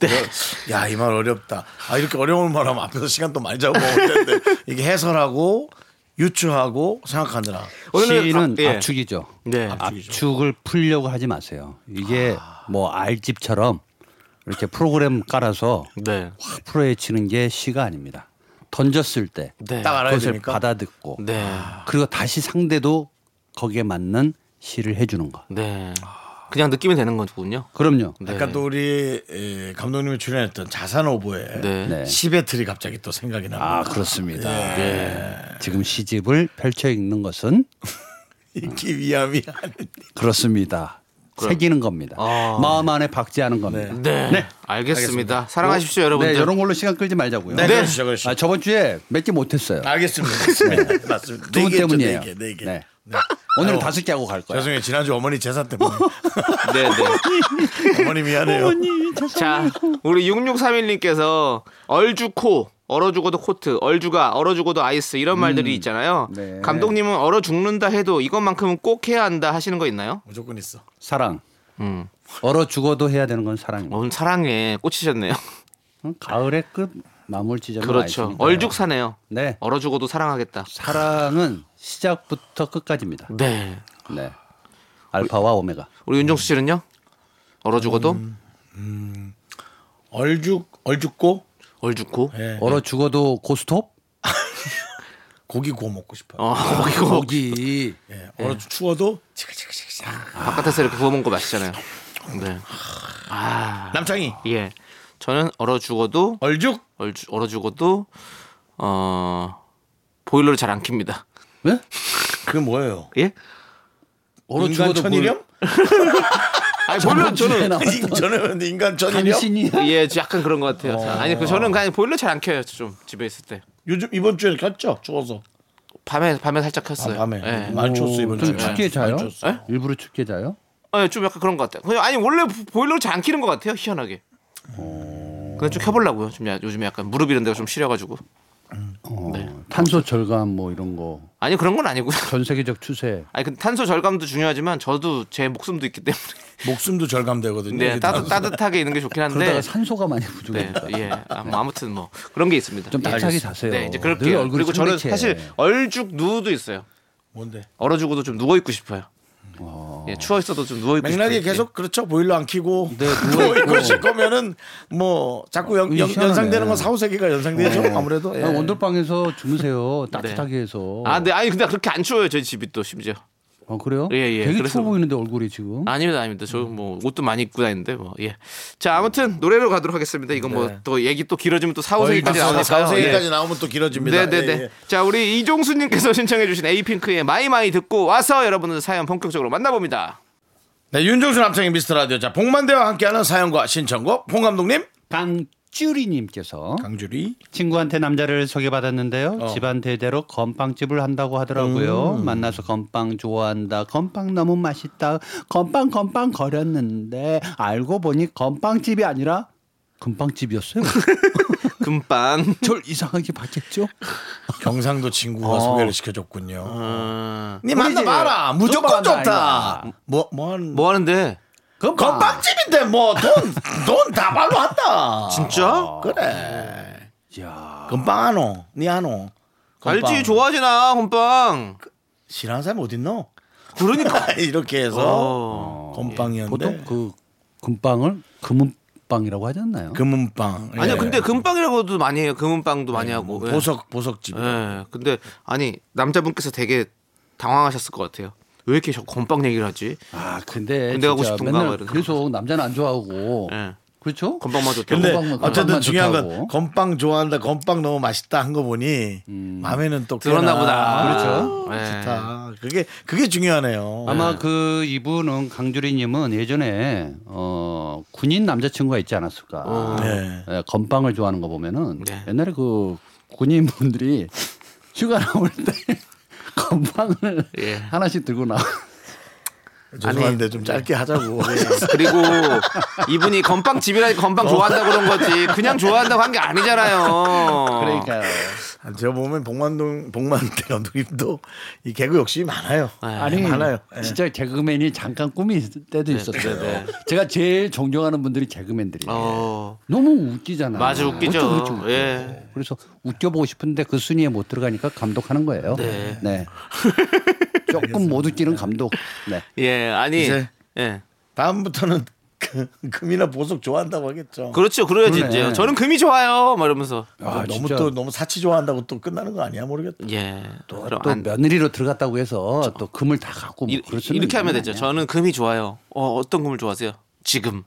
Speaker 1: 네. 야 이 말 어렵다. 아 이렇게 어려운 말 하면 앞에서 시간 또 많이 잡고 텐데 이게 해설하고 유추하고 생각하느라
Speaker 2: 오늘은
Speaker 6: 시는
Speaker 2: 아, 예.
Speaker 6: 압축이죠.
Speaker 2: 네.
Speaker 6: 압축을 풀려고 하지 마세요. 이게 뭐 알집처럼 이렇게 프로그램 깔아서
Speaker 2: 네.
Speaker 6: 확 풀어헤치는 게 시가 아닙니다. 던졌을 때
Speaker 2: 네.
Speaker 1: 딱 알아야
Speaker 6: 그것을
Speaker 1: 됩니까?
Speaker 6: 받아듣고
Speaker 2: 네.
Speaker 6: 그리고 다시 상대도 거기에 맞는 시를 해주는 것.
Speaker 2: 네. 그냥 느끼면 되는 거군요.
Speaker 6: 그럼요.
Speaker 2: 네.
Speaker 1: 아까 또 우리 에, 감독님이 출연했던 자산 오보에
Speaker 2: 네.
Speaker 6: 네.
Speaker 1: 시베틀이 갑자기 또 생각이 나고
Speaker 6: 아 그렇습니다.
Speaker 1: 예.
Speaker 6: 예. 지금 시집을 펼쳐 읽는 것은
Speaker 1: 있기 위함이 아니-
Speaker 6: 그렇습니다. 새기는 겁니다.
Speaker 2: 아.
Speaker 6: 마음 안에 박제하는 겁니다.
Speaker 2: 네. 알겠습니다.
Speaker 1: 뭐?
Speaker 2: 사랑하십시오,
Speaker 6: 네,
Speaker 2: 여러분들.
Speaker 6: 이런 걸로 시간 끌지 말자고요.
Speaker 1: 네, 그렇죠 그렇죠. 아,
Speaker 6: 아, 저번 주에 몇 개 못했어요.
Speaker 1: 알겠습니다. 네, 맞습니다.
Speaker 6: 두 분
Speaker 1: 네 개죠,
Speaker 6: 때문이에요.
Speaker 1: 네 개, 네 개.
Speaker 6: 네. 오늘은
Speaker 1: 아유,
Speaker 6: 다섯 개 하고 갈 거예요.
Speaker 1: 어. 죄송해요 지난주 어머니 제사 때문에
Speaker 2: 네, 네.
Speaker 1: 어머니 미안해요.
Speaker 2: 자, 우리 6631님께서 얼주코 얼어 죽어도 코트, 얼주가 얼어 죽어도 아이스 이런 말들이 있잖아요.
Speaker 6: 네.
Speaker 2: 감독님은 얼어 죽는다 해도 이것만큼은 꼭 해야 한다 하시는 거 있나요?
Speaker 1: 무조건 있어.
Speaker 6: 사랑.
Speaker 2: 음.
Speaker 6: 얼어 죽어도 해야 되는 건 사랑입니다.
Speaker 2: 오늘 사랑에
Speaker 6: [LAUGHS]
Speaker 2: 꽂히셨네요.
Speaker 6: 음, 가을의 끝 마무리 지점은
Speaker 2: 그렇죠.
Speaker 6: 아니시니까요.
Speaker 2: 얼죽사네요.
Speaker 6: 네.
Speaker 2: 얼어 죽어도 사랑하겠다.
Speaker 6: 사랑은 시작부터 끝까지입니다.
Speaker 2: 네.
Speaker 6: 네. 알파와 오메가.
Speaker 2: 우리 윤정수 씨는요? 얼어 죽어도
Speaker 6: 음.
Speaker 1: 얼죽 얼죽고
Speaker 2: 얼죽고
Speaker 1: 예.
Speaker 6: 얼어 죽어도 고스톱?
Speaker 1: 고기 구워 먹고 싶어요.
Speaker 2: 어, [LAUGHS] 이거
Speaker 6: 거기
Speaker 1: 예. 얼어 추워도
Speaker 2: 바깥에서 이렇게 구워 먹는 거 맛있잖아요. 네. 아,
Speaker 1: 남창이
Speaker 2: 예. 저는 얼어 죽어도
Speaker 1: 얼죽
Speaker 2: 얼 얼어 죽어도 어 보일러를 잘 안 킵니다.
Speaker 6: 왜?
Speaker 1: 그게 뭐예요?
Speaker 2: 예?
Speaker 6: 예? 얼어
Speaker 1: 인간
Speaker 6: 죽어도
Speaker 1: 천일염?
Speaker 2: 아니 보일러 저는
Speaker 1: 저는 근데 인간 천일염?
Speaker 6: 당신이
Speaker 2: 예, 저 약간 그런 것 같아요.
Speaker 6: 어.
Speaker 2: 아니 그 저는 그냥 보일러 잘 안 켜요. 좀 집에 있을 때
Speaker 1: 요즘 이번 주에 켰죠? 추워서 아,
Speaker 2: 밤에 밤에 살짝
Speaker 6: 아,
Speaker 2: 켰어요.
Speaker 1: 밤에
Speaker 2: 예.
Speaker 6: 음.
Speaker 1: 많이 추웠어 이번 주에
Speaker 6: 좀 춥게 자요?
Speaker 1: 추웠어요.
Speaker 6: 네? 일부러 춥게 자요?
Speaker 2: 예, 좀 약간 그런 것 같아요. 그냥 아니 원래 보- 보일러를 잘 안 켜는 것 같아요. 희한하게. 그냥 좀 켜보려고요. 좀 야- 요즘에 약간 무릎 이런 데가 좀 시려가지고.
Speaker 6: 어, 탄소 절감 뭐 이런 거.
Speaker 2: 아니 그런 건 아니고요. [LAUGHS]
Speaker 6: 전 세계적 추세.
Speaker 2: 아니 근데 탄소 절감도 중요하지만 저도 제 목숨도 있기 때문에
Speaker 1: 목숨도 절감되거든요.
Speaker 2: [LAUGHS] 네,
Speaker 1: 이게
Speaker 2: 따뜻, 따뜻하게 있는 게 좋긴
Speaker 6: 그러다가
Speaker 2: 한데
Speaker 6: 산소가 많이
Speaker 2: 네,
Speaker 6: 부족하니까.
Speaker 2: 예. 아, 뭐 아무튼 뭐 그런 게 있습니다.
Speaker 6: 좀
Speaker 2: 예.
Speaker 6: 따뜻하게 자세요.
Speaker 2: 네, 이제
Speaker 6: 어, 늘
Speaker 2: 그럴게요.
Speaker 6: 얼굴이
Speaker 2: 그리고 저는
Speaker 6: 창백해.
Speaker 2: 사실 얼죽 누우도 있어요.
Speaker 1: 뭔데?
Speaker 6: 음,
Speaker 2: 얼어 죽어도 좀 누워 있고 싶어요. 예, 추워 있어도 좀 누워 있고
Speaker 1: 맥락이
Speaker 2: 싶을 때.
Speaker 1: 계속 그렇죠 보일러 안 켜고 [LAUGHS]
Speaker 6: 네,
Speaker 1: 뭐
Speaker 6: 누워 있고.
Speaker 1: 이러실 거면은 뭐 자꾸 연,
Speaker 6: 이거
Speaker 1: 연,
Speaker 6: 희한하네. 네.
Speaker 1: 연상되는 건 사후세계가 연상되죠 아무래도 예.
Speaker 6: 그냥
Speaker 2: [LAUGHS]
Speaker 6: 온돌방에서 주무세요. 따뜻하게 해서.
Speaker 2: 네. 아, 네, 아니 근데 그렇게 안 추워요 저희 집이 또 심지어.
Speaker 6: 어, 그래요?
Speaker 2: 예, 예.
Speaker 6: 되게
Speaker 2: 그래서-
Speaker 6: 추워 보이는데 얼굴이 지금.
Speaker 2: 아닙니다, 아닙니다. 저 뭐 옷도 많이 입고 다니는데 뭐 예. 자 아무튼 노래로 가도록 하겠습니다. 이건 뭐 또 얘기 또 길어지면 또 사후세기까지 나오니까요.
Speaker 1: 네. 사후세계까지
Speaker 2: 예.
Speaker 1: 나오면 또 길어집니다
Speaker 2: 네네네.
Speaker 1: 예, 예.
Speaker 2: 자 우리 이종수님께서 [LAUGHS] 신청해주신 에이핑크의 마이마이 듣고 와서 여러분들 사연 본격적으로 만나봅니다. [LAUGHS]
Speaker 1: 네, 윤종수 남창의 미스터 라디오 자 복만대와 함께하는 사연과 신청곡 홍 감독님
Speaker 6: 강쭈리님께서
Speaker 1: 강주리
Speaker 6: 친구한테 남자를 소개받았는데요.
Speaker 2: 어.
Speaker 6: 집안 대대로 건빵집을 한다고 하더라고요.
Speaker 2: 음.
Speaker 6: 만나서 건빵 좋아한다. 건빵 너무 맛있다. 건빵 건빵 거렸는데 알고 보니 건빵집이 아니라
Speaker 2: [LAUGHS]
Speaker 6: 금빵집이었어요.
Speaker 2: 금빵.
Speaker 6: 절 이상하게 봤겠죠?
Speaker 1: 경상도 친구가 소개를 시켜줬군요
Speaker 2: 어...
Speaker 1: 니 만나봐라 무조건
Speaker 6: 무조건
Speaker 1: 좋다
Speaker 6: 아이가.
Speaker 1: 뭐 뭐한 [LAUGHS]
Speaker 2: 뭐 하는데?
Speaker 1: 건빵집인데 뭐 돈 돈 다 발로 왔다
Speaker 2: 진짜?
Speaker 1: 그래
Speaker 6: 야.
Speaker 1: 건빵 안오 니안오
Speaker 2: 알지 좋아하시나 건빵.
Speaker 1: 싫어하는 사람 어딨노
Speaker 2: 그러니까.
Speaker 1: [LAUGHS] 이렇게 해서
Speaker 2: 어.
Speaker 1: 건빵이었는데
Speaker 6: 보통 그 금빵을 금은빵이라고 하지 않나요?
Speaker 1: 금은빵
Speaker 2: 아니요,
Speaker 1: 예.
Speaker 2: 근데 금빵이라고도 많이 해요. 금은빵도 많이 하고. 예.
Speaker 1: 네, 뭐 보석 보석집
Speaker 2: 예. 근데 아니 남자분께서 되게 당황하셨을 것 같아요. 왜 이렇게 저 건빵 얘기를 하지?
Speaker 6: 아, 근데
Speaker 2: 군대 가고
Speaker 6: 진짜
Speaker 2: 싶은가 뭐
Speaker 6: 맨날
Speaker 2: 이런
Speaker 6: 계속 남자는 안 좋아하고.
Speaker 2: 예.
Speaker 6: 그렇죠?
Speaker 2: 건빵만 좋다고.
Speaker 1: 근데
Speaker 6: 건빵만-
Speaker 1: 어쨌든
Speaker 6: 건빵만
Speaker 1: 중요한 건
Speaker 6: 좋다고.
Speaker 1: 건빵 좋아한다 건빵 너무 맛있다 한 거 보니 마음에는 또
Speaker 2: 들었나
Speaker 1: 꽤나
Speaker 2: 보다.
Speaker 6: 그렇죠.
Speaker 2: 예.
Speaker 1: 좋다 그게 그게
Speaker 2: 어.
Speaker 1: 중요하네요
Speaker 6: 아마 그 이분은 강주리님은 예전에 어 군인 남자친구가 있지 않았을까.
Speaker 1: 네.
Speaker 6: 예, 건빵을 좋아하는 거 보면은
Speaker 2: 어. 네.
Speaker 6: 옛날에 그 군인 분들이 휴가 나올 때 [LAUGHS] 건빵을
Speaker 2: 예.
Speaker 6: 하나씩 들고 나.
Speaker 1: 죄송한데
Speaker 6: 예.
Speaker 1: 좀 짧게 하자고
Speaker 2: [LAUGHS]
Speaker 6: 네.
Speaker 2: 그리고 이분이 건빵 집이라
Speaker 6: 어.
Speaker 2: 건빵 좋아한다 그런 거지. 그냥 좋아한다고 한 게
Speaker 1: 어.
Speaker 2: 아니잖아요.
Speaker 6: 그러니까요.
Speaker 1: 아, 제가 보면 복만동 복만대 감독님도 이 개그 욕심이 많아요.
Speaker 6: 아니
Speaker 1: 많아요. 예.
Speaker 6: 진짜 개그맨이 잠깐 꿈이 있을 때도 있었어요.
Speaker 2: 네, 네.
Speaker 6: 제가 제일 존경하는 분들이 개그맨들이에요.
Speaker 2: 어.
Speaker 6: 너무 웃기잖아요.
Speaker 2: 맞아, 웃기죠.
Speaker 6: 어쩜 그렇게 웃겨요?
Speaker 2: 예.
Speaker 6: 그래서 웃겨보고 싶은데 그 순위에 못 들어가니까 감독하는 거예요.
Speaker 2: 네. [LAUGHS]
Speaker 6: 조금 못 웃기는 감독. 네.
Speaker 2: 예, 아니.
Speaker 1: 이제-
Speaker 2: 예.
Speaker 1: 다음부터는 그, 금이나 보석 좋아한다고 하겠죠.
Speaker 2: 그렇죠. 그래야지 이제. 저는 금이 좋아요. 막 이러면서.
Speaker 1: 아, 너무
Speaker 6: 진짜.
Speaker 1: 또 너무 사치 좋아한다고 또 끝나는 거 아니야 모르겠다.
Speaker 2: 예.
Speaker 6: 또,
Speaker 2: 그럼
Speaker 6: 또
Speaker 2: 안-
Speaker 6: 며느리로 들어갔다고 해서 또 금을 다 갖고 뭐
Speaker 2: 이-
Speaker 6: 그럴 수는
Speaker 2: 이렇게 하면
Speaker 6: 있는
Speaker 2: 되죠.
Speaker 6: 거
Speaker 2: 저는 금이 좋아요. 어, 어떤 금을 좋아하세요? 지금.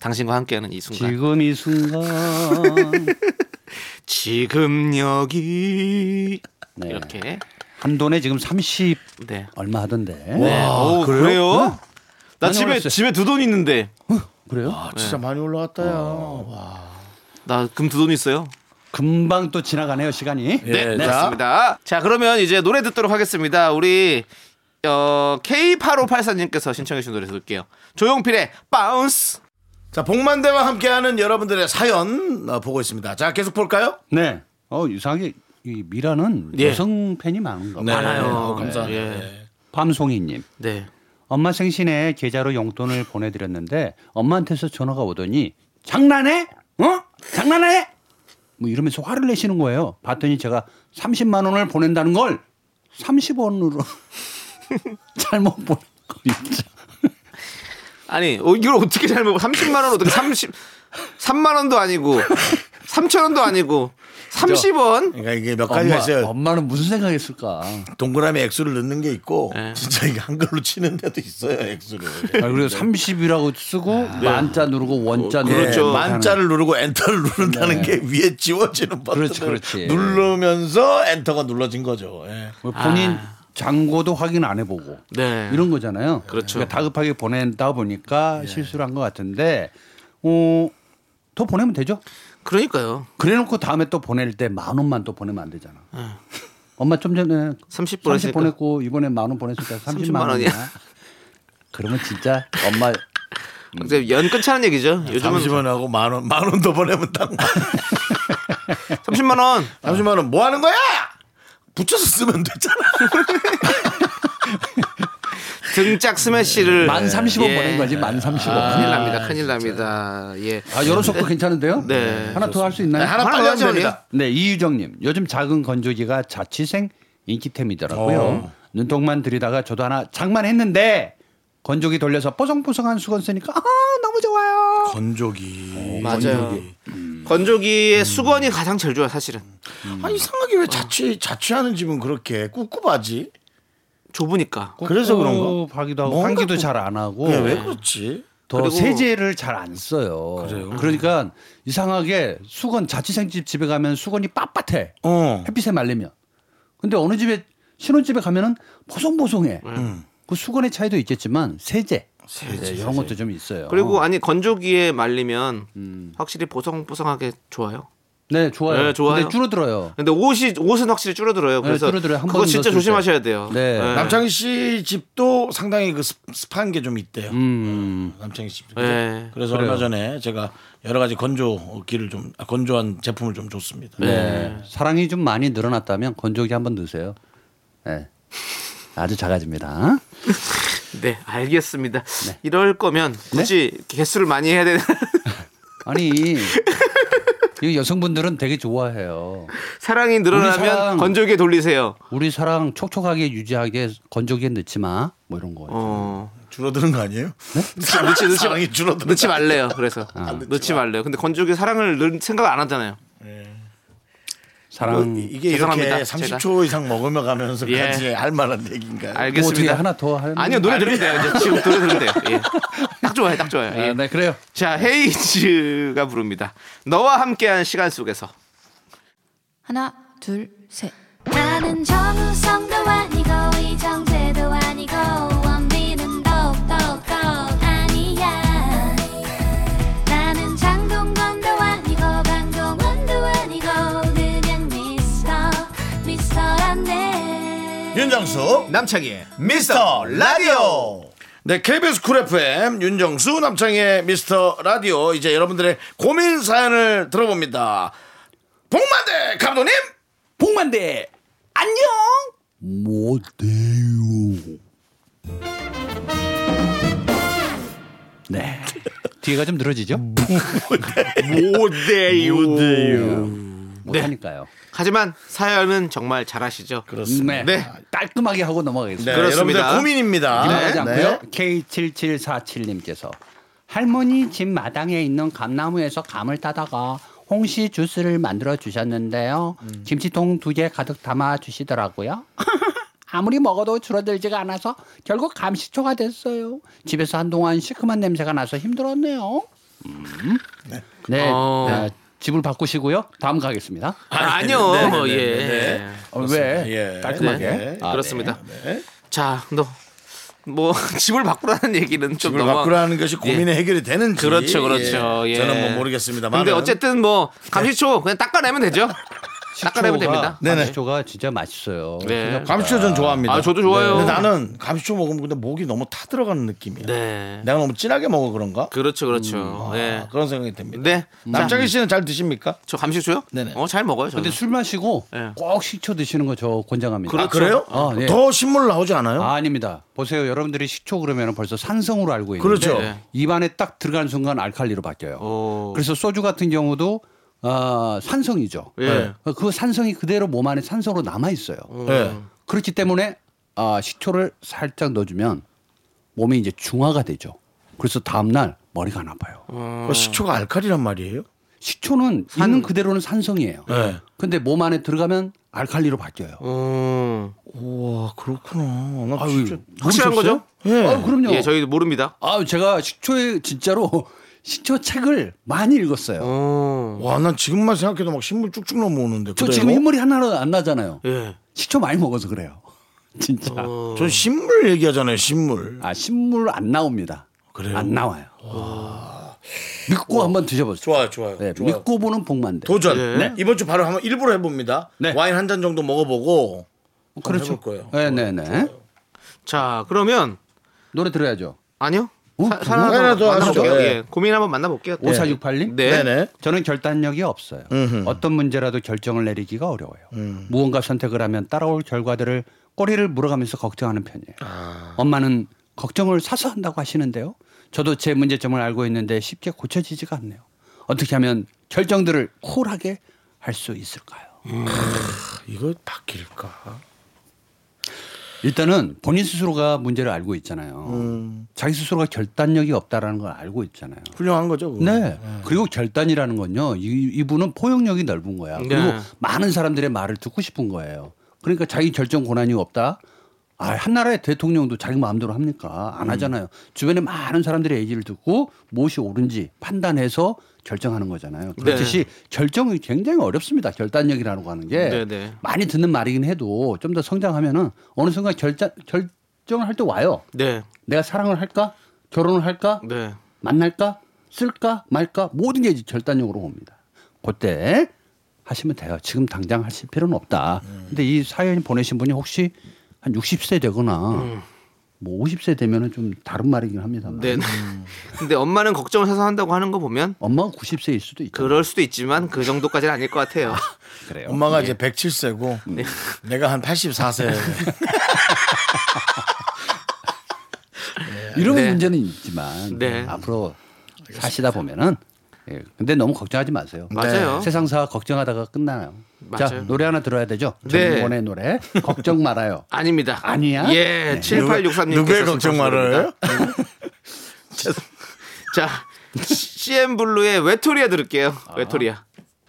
Speaker 2: 당신과 함께하는 이 순간.
Speaker 6: 아니야. 지금 이 순간
Speaker 2: [LAUGHS] 지금 여기
Speaker 6: 네.
Speaker 2: 이렇게
Speaker 6: 한 돈에 지금 30
Speaker 2: 네.
Speaker 6: 얼마 하던데.
Speaker 2: 네. 오, 그래요? 나
Speaker 6: 많이
Speaker 2: 집에
Speaker 6: 올랐어요.
Speaker 2: 집에 두 돈 있는데
Speaker 6: 그래요?
Speaker 2: 아.
Speaker 1: 진짜 많이 올라왔다야. 와.
Speaker 2: 나 금 두 돈 있어요.
Speaker 6: 금방 또 지나가네요 시간이.
Speaker 2: 네, 좋습니다. 자, 그러면 이제 노래 듣도록 하겠습니다. 우리 어, K8584님께서 신청해 주신 노래 들을게요. 조용필의 바운스.
Speaker 1: 자 복만대와 함께하는 여러분들의 사연 어, 보고 있습니다. 자 계속 볼까요?
Speaker 6: 네. 어 이상하게 이 미라는
Speaker 2: 예. 네.
Speaker 6: 여성 팬이 많은가 봐요.
Speaker 1: 어, 감사합니다.
Speaker 2: 예.
Speaker 6: 밤송이님.
Speaker 2: 네.
Speaker 6: 엄마 생신에 계좌로 용돈을 보내드렸는데 엄마한테서 전화가 오더니 장난해? 어? 장난해? 뭐 이러면서 화를 내시는 거예요. 봤더니 제가 30만 원을 보낸다는 걸 30원으로 [LAUGHS] 잘못 보낸 거 있죠.
Speaker 2: 아니, 어, 이걸 어떻게 잘못 30만 원 어떻게 30 3만 원도 아니고 3천 원도 아니고 30원?
Speaker 1: 그러니까 이게 몇 가지가 있어요.
Speaker 6: 엄마, 엄마는 무슨 생각했을까? 아,
Speaker 1: 동그라미 액수를 넣는 게 있고 진짜 이게 한글로 치는 데도 있어요 액수를.
Speaker 6: 아, 그리고 30이라고 쓰고
Speaker 1: 아,
Speaker 6: 만자 누르고 원자 누르고
Speaker 2: 그렇죠.
Speaker 1: 예, 네. 만자를 누르고 엔터를 누른다는 게 위에 지워지는 버튼을
Speaker 6: 그렇지, 그렇지.
Speaker 1: 누르면서 엔터가 눌러진 거죠. 예.
Speaker 6: 뭐 본인 잔고도 확인 안 해보고
Speaker 2: 아. 네.
Speaker 6: 이런 거잖아요.
Speaker 2: 그렇죠. 예.
Speaker 6: 러니까 다급하게 보낸다 보니까 실수를 한 것 같은데 어, 더 보내면 되죠.
Speaker 2: 그러니까요.
Speaker 6: 그래놓고 다음에 또 보낼 때 만 원만 또 보내면 안 되잖아. 엄마 좀 전에
Speaker 2: 30
Speaker 6: 30
Speaker 2: 예. 보냈으니까.
Speaker 6: 보냈고 이번에 만 원 보냈으니까 30만,
Speaker 2: 30만 원이야.
Speaker 6: 원이야. 그러면 진짜 엄마
Speaker 2: 이제 연 끊자는 얘기죠.
Speaker 6: 네,
Speaker 2: 요즘은
Speaker 1: 30원 하고 만 원, 만 원 더 보내면 딱 만.
Speaker 2: 30만 원.
Speaker 1: 30만 원 뭐 하는 거야? 붙여서 쓰면 되잖아.
Speaker 2: 등짝 스매시를
Speaker 6: 음. 만 30원
Speaker 2: 예. 아,
Speaker 6: 보낸 거지 만 30원.
Speaker 2: 큰일 납니다. 큰일 납니다. 예.
Speaker 6: 아, 여러 속도 괜찮은데요?
Speaker 2: 네.
Speaker 6: 하나 더 할 수 있나요?
Speaker 1: 하나 빨리
Speaker 2: 더
Speaker 1: 하시면
Speaker 2: 하면 돼요.
Speaker 1: 됩니다.
Speaker 6: 네, 이유정님. 요즘 작은 건조기가
Speaker 1: 어.
Speaker 6: 자취생 인기템이더라고요. 눈독만 들이다가 저도 하나 장만했는데 건조기 돌려서 뽀송뽀송한 수건 쓰니까 아 너무 좋아요.
Speaker 5: 건조기.
Speaker 2: 맞아요. 건조기의
Speaker 6: 음.
Speaker 2: 수건이 가장 제일 좋아요, 사실은.
Speaker 1: 아 이상하게 왜 자취 자취하는 집은 그렇게 꿉꿉하지?
Speaker 2: 좁으니까.
Speaker 1: 그래서 그런가?
Speaker 6: 어, 하기도 하고
Speaker 1: 뭔가
Speaker 6: 환기도
Speaker 1: 꾸-
Speaker 6: 잘 안 하고
Speaker 1: 예,
Speaker 2: 네.
Speaker 1: 왜 그렇지?
Speaker 6: 더
Speaker 2: 그리고-
Speaker 6: 세제를 잘 안 써요. 그러니까 이상하게 수건 자취생 집 집에 가면 수건이 빳빳해.
Speaker 2: 네.
Speaker 1: 어.
Speaker 6: 햇빛에 말리면. 근데 어느 집에 신혼집에 가면은 보송보송해.
Speaker 1: 음.
Speaker 6: 그 수건의 차이도 있겠지만 세제, 네, 이런 것도 좀 있어요. 음.
Speaker 2: 그리고 아니 건조기에 말리면 확실히 보송보송하게 좋아요.
Speaker 6: 네 좋아요.
Speaker 2: 네, 좋아요.
Speaker 6: 근데 줄어들어요.
Speaker 2: 근데 옷이 옷은 확실히 줄어들어요. 그래서
Speaker 6: 네, 줄어들어요. 한
Speaker 2: 그거
Speaker 6: 번
Speaker 2: 진짜
Speaker 6: 넣었을
Speaker 2: 조심하셔야
Speaker 6: 때.
Speaker 2: 돼요.
Speaker 6: 네.
Speaker 1: 남창희 씨 집도 상당히 그 습, 습한 게 좀 있대요.
Speaker 6: 음,
Speaker 1: 남창희 씨 집도.
Speaker 2: 네.
Speaker 1: 그래서 얼마 전에 제가 여러 가지 건조기를 좀 아, 건조한 제품을 좀 줬습니다.
Speaker 6: 네. 사랑이 좀 많이 늘어났다면 건조기 한번 넣으세요. 네. 아주 작아집니다.
Speaker 2: 네, 알겠습니다. 이럴 거면
Speaker 6: 네?
Speaker 2: 굳이 개수를 많이 해야 되는 [LAUGHS]
Speaker 6: 아니 이 여성분들은 되게 좋아해요.
Speaker 2: 사랑이 늘어나면
Speaker 6: 우리 사랑.
Speaker 2: 건조기에 돌리세요.
Speaker 6: 우리 사랑 촉촉하게 유지하게 건조기에 넣지 마. 뭐 이런 거.
Speaker 2: 어.
Speaker 1: 줄어드는 거 아니에요? [LAUGHS]
Speaker 2: 넣지 넣지
Speaker 1: 사랑이
Speaker 6: 음.
Speaker 1: 줄어드는
Speaker 2: 넣지
Speaker 1: 거
Speaker 2: 말래요. 그래서
Speaker 6: 아.
Speaker 2: 아, 넣지 말래요. 근데 건조기 사랑을 넣을 생각 안
Speaker 6: 뭐
Speaker 2: 하잖아요.
Speaker 6: 사랑
Speaker 1: 뭐, 이- 이게
Speaker 2: 죄송합니다, 예.
Speaker 1: 이렇게 30초 이상 먹으며 가면서까지 할 만한 얘기인가요?
Speaker 6: 뭐 어떻게
Speaker 2: 알겠습니다.
Speaker 6: 하나 더 하는
Speaker 2: 아니요 노래 들으면 돼요. 이제 지금 노래 들으면 돼요. 예.
Speaker 6: [LAUGHS]
Speaker 2: 딱 좋아요, 딱 좋아요. 예.
Speaker 6: 아, 네 그래요.
Speaker 2: 자 헤이즈가 부릅니다. 너와 함께한 시간 속에서
Speaker 7: 하나, 둘, 셋.
Speaker 3: 나는 정우성도 아니고 이정재도 아니고 원빈은 더욱더 아니야 나는 장동건도 아니고 강동원도 아니고 그냥 미스터 미스터란데
Speaker 5: 윤정수 남창희 미스터 라디오.
Speaker 1: 네, KBS 쿨 FM 윤정수 남창의 미스터 라디오 이제 여러분들의 고민 사연을 들어봅니다. 복만대 감독님,
Speaker 6: 복만대 안녕 못해요 네 뒤에가 좀 늘어지죠
Speaker 1: 오대유.
Speaker 6: 못하니까요
Speaker 2: 음. 하지만 사연은 정말 잘하시죠. 음.
Speaker 6: 네. 깔끔하게 하고 넘어가겠습니다
Speaker 1: 네,
Speaker 2: 그렇습니다.
Speaker 1: 여러분들
Speaker 6: 이나가지
Speaker 1: 고민입니다. 네,
Speaker 6: 않고요 K7747님께서 네. 할머니 집 마당에 있는 감나무에서 감을 따다가 홍시 주스를 만들어 주셨는데요 김치통 두 개 가득 담아 주시더라고요 [LAUGHS] 아무리 먹어도 줄어들지가 않아서 결국 감식초가 됐어요. 집에서 한동안 시큼한 냄새가 나서 힘들었네요. 네. 네.
Speaker 2: 어.
Speaker 6: 네, 집을 바꾸시고요. 다음 가겠습니다.
Speaker 2: 아, 아니요,
Speaker 6: 네,
Speaker 2: 예.
Speaker 6: 어, 왜?
Speaker 1: 예.
Speaker 6: 깔끔하게.
Speaker 1: 네.
Speaker 6: 아,
Speaker 2: 그렇습니다. 자, 너 뭐 [LAUGHS] 집을 바꾸라는 얘기는 좀
Speaker 1: 집을
Speaker 2: 넘어.
Speaker 1: 바꾸라는 것이 고민의 해결이 되는지
Speaker 2: 예. 그렇죠, 그렇죠. 예.
Speaker 1: 저는 뭐 모르겠습니다만. 네.
Speaker 2: 근데 어쨌든 뭐 감시초 그냥
Speaker 1: [LAUGHS]
Speaker 2: 닦아내면 되죠. 닦아내면 됩니다.
Speaker 1: 네네.
Speaker 6: 감식초가 진짜 맛있어요.
Speaker 2: 네.
Speaker 6: 생각보다.
Speaker 1: 감시초 전 좋아합니다.
Speaker 2: 아, 저도 좋아요.
Speaker 1: 근데 나는 감시초 먹으면 근데 목이 너무 타 들어가는 느낌이야.
Speaker 2: 네.
Speaker 1: 내가 너무 진하게 먹어 그런가?
Speaker 2: 그렇죠, 그렇죠. 예.
Speaker 1: 아, 그런 생각이 듭니다.
Speaker 2: 네.
Speaker 1: 남창희 씨는 잘 드십니까?
Speaker 2: 저 감시초요?
Speaker 1: 네네.
Speaker 2: 어, 잘 먹어요. 저는.
Speaker 6: 근데 술 마시고
Speaker 2: 예.
Speaker 6: 꼭 식초 드시는 거 저 권장합니다.
Speaker 2: 그렇죠.
Speaker 1: 그래요?
Speaker 6: 아, 예.
Speaker 1: 더 신물 나오지 않아요?
Speaker 6: 아, 아닙니다. 보세요. 여러분들이 식초 그러면 벌써 산성으로 알고 있는데
Speaker 1: 그렇죠.
Speaker 2: 네.
Speaker 6: 입안에 딱 들어간 순간 알칼리로 바뀌어요.
Speaker 2: 오.
Speaker 6: 그래서 소주 같은 경우도 아, 산성이죠.
Speaker 2: 예.
Speaker 6: 네. 그 산성이 그대로 몸 안에 산성으로 남아 있어요.
Speaker 1: 네.
Speaker 6: 그렇기 때문에 아, 식초를 살짝 넣어주면 몸이 이제 중화가 되죠. 그래서 다음 날 머리가 안 아파요.
Speaker 2: 음.
Speaker 1: 그 식초가 알칼리란 말이에요?
Speaker 6: 식초는 있는 그대로는 산성이에요.
Speaker 1: 네.
Speaker 6: 근데 몸 안에 들어가면 알칼리로 바뀌어요.
Speaker 2: 음.
Speaker 1: 우와 그렇구나. 나
Speaker 6: 아유,
Speaker 1: 진짜 모르셨어요?
Speaker 2: 확실한 거죠?
Speaker 1: 예.
Speaker 6: 아, 그럼요.
Speaker 2: 예, 저희 모릅니다.
Speaker 6: 아, 제가 식초에 진짜로 식초 책을 많이 읽었어요.
Speaker 2: 어.
Speaker 1: 와, 난 지금만 생각해도 막 신물 쭉쭉 넘어오는데.
Speaker 6: 저
Speaker 1: 그래요?
Speaker 6: 지금 흰머리 하나도 안 나잖아요.
Speaker 2: 예.
Speaker 6: 식초 많이 먹어서 그래요. [LAUGHS] 진짜.
Speaker 1: 전 신물 얘기하잖아요, 신물.
Speaker 6: 아, 신물 안 나옵니다.
Speaker 1: 그래요?
Speaker 6: 안 나와요. 믿고 한번 드셔보세요.
Speaker 1: 좋아요, 좋아요.
Speaker 6: 네,
Speaker 1: 좋아요.
Speaker 6: 믿고 보는 복만대.
Speaker 1: 도전.
Speaker 2: 예.
Speaker 1: 네. 이번 주 바로 한번 일부러 해봅니다.
Speaker 6: 네.
Speaker 1: 와인 한 잔 정도 먹어보고.
Speaker 6: 그렇죠.
Speaker 1: 해볼 거예요.
Speaker 6: 네, 네, 네.
Speaker 2: 자, 그러면
Speaker 6: 노래 들어야죠.
Speaker 2: 아니요.
Speaker 6: 어?
Speaker 2: 사- 사랑 한번
Speaker 1: 하나 더
Speaker 2: 만나볼게요.
Speaker 1: 하시죠. 예.
Speaker 2: 예. 고민 한번 만나볼게요.
Speaker 6: 5468님?
Speaker 2: 네.
Speaker 1: 네네.
Speaker 6: 저는 결단력이 없어요. 어떤 문제라도 결정을 내리기가 어려워요.
Speaker 2: 음.
Speaker 6: 무언가 선택을 하면 따라올 결과들을 꼬리를 물어가면서 걱정하는 편이에요.
Speaker 2: 아.
Speaker 6: 엄마는 걱정을 사서 한다고 하시는데요. 저도 제 문제점을 알고 있는데 쉽게 고쳐지지가 않네요. 어떻게 하면 결정들을 쿨하게 할 수 있을까요?
Speaker 1: 이거 바뀔까?
Speaker 6: 일단은 본인 스스로가 문제를 알고 있잖아요.
Speaker 2: 음.
Speaker 6: 자기 스스로가 결단력이 없다라는 걸 알고 있잖아요.
Speaker 1: 훌륭한 거죠. 그거.
Speaker 6: 네. 그리고 결단이라는 건요. 이, 이분은 포용력이 넓은 거야.
Speaker 2: 네.
Speaker 6: 그리고 많은 사람들의 말을 듣고 싶은 거예요. 그러니까 자기 결정 권한이 없다. 아, 한 나라의 대통령도 자기 마음대로 합니까? 안 하잖아요. 주변에 많은 사람들의 얘기를 듣고 무엇이 옳은지 판단해서 결정하는 거잖아요. 그렇듯이 결정이 굉장히 어렵습니다. 결단력이라고 하는 게
Speaker 2: 네, 네.
Speaker 6: 많이 듣는 말이긴 해도 좀 더 성장하면은 어느 순간 결자, 결정을 할 때 와요.
Speaker 2: 네.
Speaker 6: 내가 사랑을 할까? 결혼을 할까?
Speaker 2: 네.
Speaker 6: 만날까 쓸까 말까 모든 게 이제 결단력으로 옵니다. 그때 하시면 돼요. 지금 당장 하실 필요는 없다. 근데 이 사연 보내신 분이 혹시 한 60세 되거나 뭐 50세 되면은 좀 다른 말이긴 합니다만.
Speaker 2: 네. 네.
Speaker 1: 음.
Speaker 2: [LAUGHS] 근데 엄마는 걱정을 해서 한다고 하는 거 보면
Speaker 6: 엄마가 90세일 수도 있죠.
Speaker 2: 그럴 수도 있지만 그 정도까지는 아닐 것
Speaker 1: [LAUGHS]
Speaker 2: 같아요. 네.
Speaker 6: 그래요.
Speaker 1: 엄마가 이제 107세고 내가 한 84세.
Speaker 2: [LAUGHS]
Speaker 6: 이런
Speaker 2: 네.
Speaker 6: 문제는 있지만
Speaker 2: 네.
Speaker 6: 앞으로 사시다 보면은 예. 근데 너무 걱정하지 마세요.
Speaker 2: 네. 맞아요.
Speaker 6: 세상사 걱정하다가 끝나요. 자,
Speaker 2: 맞아요.
Speaker 6: 노래 하나 들어야 되죠.
Speaker 2: 네.
Speaker 6: 정원의 노래. 걱정 말아요.
Speaker 2: 아닙니다.
Speaker 6: 아니야?
Speaker 2: 예, 7863님.
Speaker 1: 네. 누구의 걱정 말아요? [LAUGHS]
Speaker 2: 자, CM 블루의 외톨이야 들을게요.
Speaker 1: 아.
Speaker 2: 외톨이야.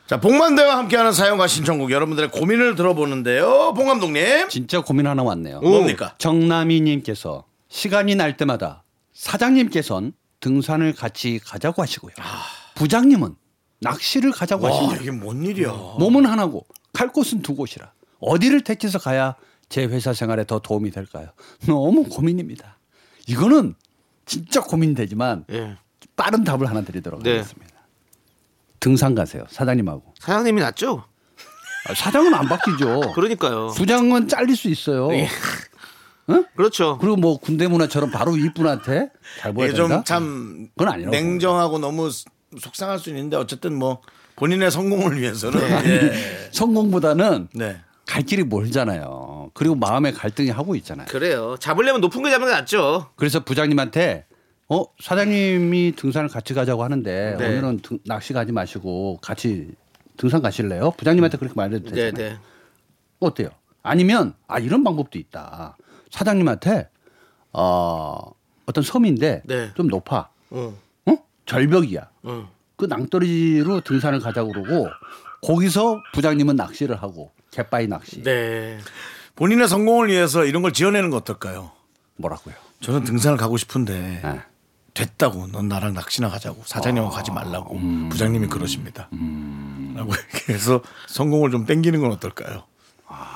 Speaker 1: 자, 복만대와 함께하는 사연과 신청곡 여러분들의 고민을 들어보는데요. 봉 감독님.
Speaker 6: 진짜 고민 하나 왔네요.
Speaker 1: 뭡니까?
Speaker 6: 정남이님께서 시간이 날 때마다 사장님께선 등산을 같이 가자고 하시고요. 부장님은 낚시를 가자고
Speaker 1: 아. 와,
Speaker 6: 하십니다.
Speaker 1: 이게 뭔 일이야.
Speaker 6: 몸은 하나고 갈 곳은 두 곳이라 어디를 택해서 가야 제 회사 생활에 더 도움이 될까요? 너무 고민입니다. 이거는 진짜 고민되지만
Speaker 2: 예.
Speaker 6: 빠른 답을 하나 드리도록
Speaker 2: 네.
Speaker 6: 하겠습니다. 등산 가세요 사장님하고
Speaker 2: 사장님이 낫죠?
Speaker 6: 아, 사장은 안 바뀌죠.
Speaker 2: 그러니까요. 예.
Speaker 6: 부장은 잘릴 수 있어요.
Speaker 2: 그렇죠. 예,
Speaker 6: 그리고 뭐 군대 문화처럼 바로 윗분한테 잘 보여야
Speaker 1: 이게
Speaker 6: 된다.
Speaker 1: 좀 참
Speaker 6: 그건 아니라고
Speaker 1: 냉정하고 너무 속상할 수 있는데 어쨌든 뭐 본인의 성공을 위해서는
Speaker 6: 네. [LAUGHS]
Speaker 1: 예.
Speaker 6: 성공보다는
Speaker 1: 네.
Speaker 6: 갈 길이 멀잖아요. 그리고 마음에 갈등이 하고 있잖아요.
Speaker 2: 그래요. 잡으려면 높은 거 잡는 게 낫죠.
Speaker 6: 그래서 부장님한테 어 사장님이 등산을 같이 가자고 하는데
Speaker 2: 네.
Speaker 6: 오늘은 등- 낚시 가지 마시고 같이 등산 가실래요? 부장님한테 그렇게 말해도
Speaker 2: 네,
Speaker 6: 되잖아요.
Speaker 2: 네.
Speaker 6: 어때요? 아니면 아 이런 방법도 있다. 사장님한테 어, 어떤 섬인데
Speaker 2: 네.
Speaker 6: 좀 높아.
Speaker 2: 어.
Speaker 6: 어? 절벽이야.
Speaker 2: 어.
Speaker 6: 그 낭떠러지로 등산을 가자고 그러고 거기서 부장님은 낚시를 하고 갯바위 낚시
Speaker 2: 네.
Speaker 1: 본인의 성공을 위해서 이런 걸 지어내는 거 어떨까요?
Speaker 6: 뭐라고요?
Speaker 1: 저는 등산을 가고 싶은데
Speaker 6: 네.
Speaker 1: 됐다고 넌 나랑 낚시나 가자고 사장님은 가지 말라고 부장님이 그러십니다. 라고 [LAUGHS] 이렇게 해서 성공을 좀 땡기는 건 어떨까요?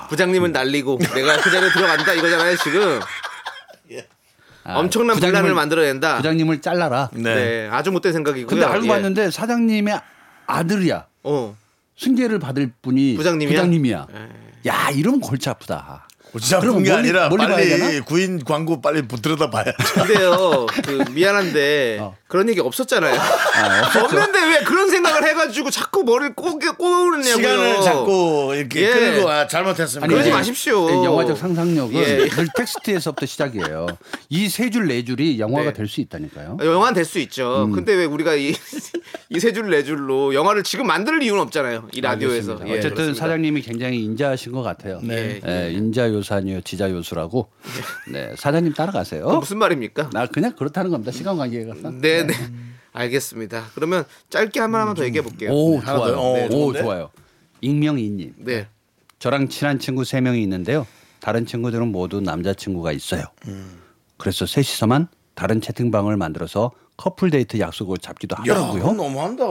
Speaker 2: 부장님은 날리고 내가 그 자리에 들어간다 이거잖아요, 지금.
Speaker 6: 아,
Speaker 2: 엄청난
Speaker 6: 부장님을-
Speaker 2: 분란을 만들어낸다.
Speaker 6: 부장님을 잘라라.
Speaker 1: 네.
Speaker 2: 네. 아주 못된 생각이고요.
Speaker 6: 근데 알고
Speaker 2: 예.
Speaker 6: 봤는데 사장님의 아들이야.
Speaker 2: 어.
Speaker 6: 승계를 받을 분이
Speaker 2: 부장님이야? 예.
Speaker 6: 야 이러면 골치 아프다.
Speaker 1: 골치 아픈
Speaker 6: 그럼
Speaker 1: 게
Speaker 6: 멀리-
Speaker 1: 아니라
Speaker 6: 멀리 봐야
Speaker 1: 빨리
Speaker 6: 되나?
Speaker 1: 구인 광고 빨리 들여다 봐야죠.
Speaker 2: 근데요, 그 미안한데
Speaker 6: 어.
Speaker 2: 그런 얘기 없었잖아요. 없는데 왜 그런 생각을 해가지고 자꾸 머리를 꼬게 꼬느냐고요.
Speaker 1: [LAUGHS] 시간을 자꾸 이렇게
Speaker 2: 예.
Speaker 1: 끌고 아, 잘못했습니다.
Speaker 2: 아니, 그러지
Speaker 6: 이제
Speaker 2: 마십시오.
Speaker 6: 예. 영화적 상상력은
Speaker 2: 예.
Speaker 6: 늘 텍스트에서부터 시작이에요. 이 세 줄 네 줄이 영화가
Speaker 2: 네.
Speaker 6: 될 수 있다니까요.
Speaker 2: 영화는 될 수 있죠.
Speaker 6: 음.
Speaker 2: 근데 왜 우리가 [LAUGHS] 이 세 줄 네 줄로 영화를 지금 만들 이유는 없잖아요. 이 라디오에서.
Speaker 6: 알겠습니다.
Speaker 2: 예,
Speaker 6: 어쨌든
Speaker 2: 그렇습니다.
Speaker 6: 사장님이 굉장히 인자하신 것 같아요.
Speaker 2: 네. 예.
Speaker 6: 예, 인자 요산이요 지자 요수라고. 네, 사장님 따라가세요.
Speaker 2: 어? 무슨 말입니까?
Speaker 6: 나 그냥 그렇다는 겁니다. 시간 관계가.
Speaker 2: 네, 네. 알겠습니다. 그러면 짧게 한 번만 더 얘기해 볼게요.
Speaker 6: 음, 오
Speaker 1: 하나
Speaker 6: 좋아요.
Speaker 1: 더요? 어,
Speaker 6: 오
Speaker 1: 좋은데?
Speaker 6: 좋아요. 익명이님.
Speaker 2: 네.
Speaker 6: 저랑 친한 친구 세 명이 있는데요. 다른 친구들은 모두 남자친구가 있어요.
Speaker 2: 음.
Speaker 6: 그래서 셋이서만 다른 채팅방을 만들어서 커플 데이트 약속을 잡기도
Speaker 1: 야, 그건
Speaker 6: 하더라고요.
Speaker 1: 너무한다.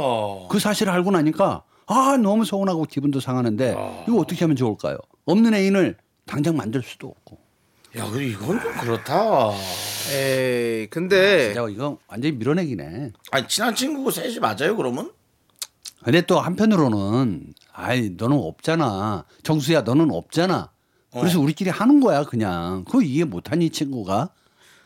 Speaker 6: 그 사실을 알고 나니까 아 너무 서운하고 기분도 상하는데 이거 어떻게 하면 좋을까요? 없는 애인을 당장 만들 수도 없고.
Speaker 1: 야, 그래 이건 좀 그렇다. 아,
Speaker 2: 에이,
Speaker 1: 네.
Speaker 2: 근데
Speaker 6: 진짜 이거 완전히 밀어내기네.
Speaker 1: 아니 친한 친구 셋이 맞아요 그러면?
Speaker 6: 근데 또 한편으로는 아이 너는 없잖아. 정수야 너는 없잖아. 그래서 우리끼리 하는 거야 그냥. 그거 이해 못하니 친구가.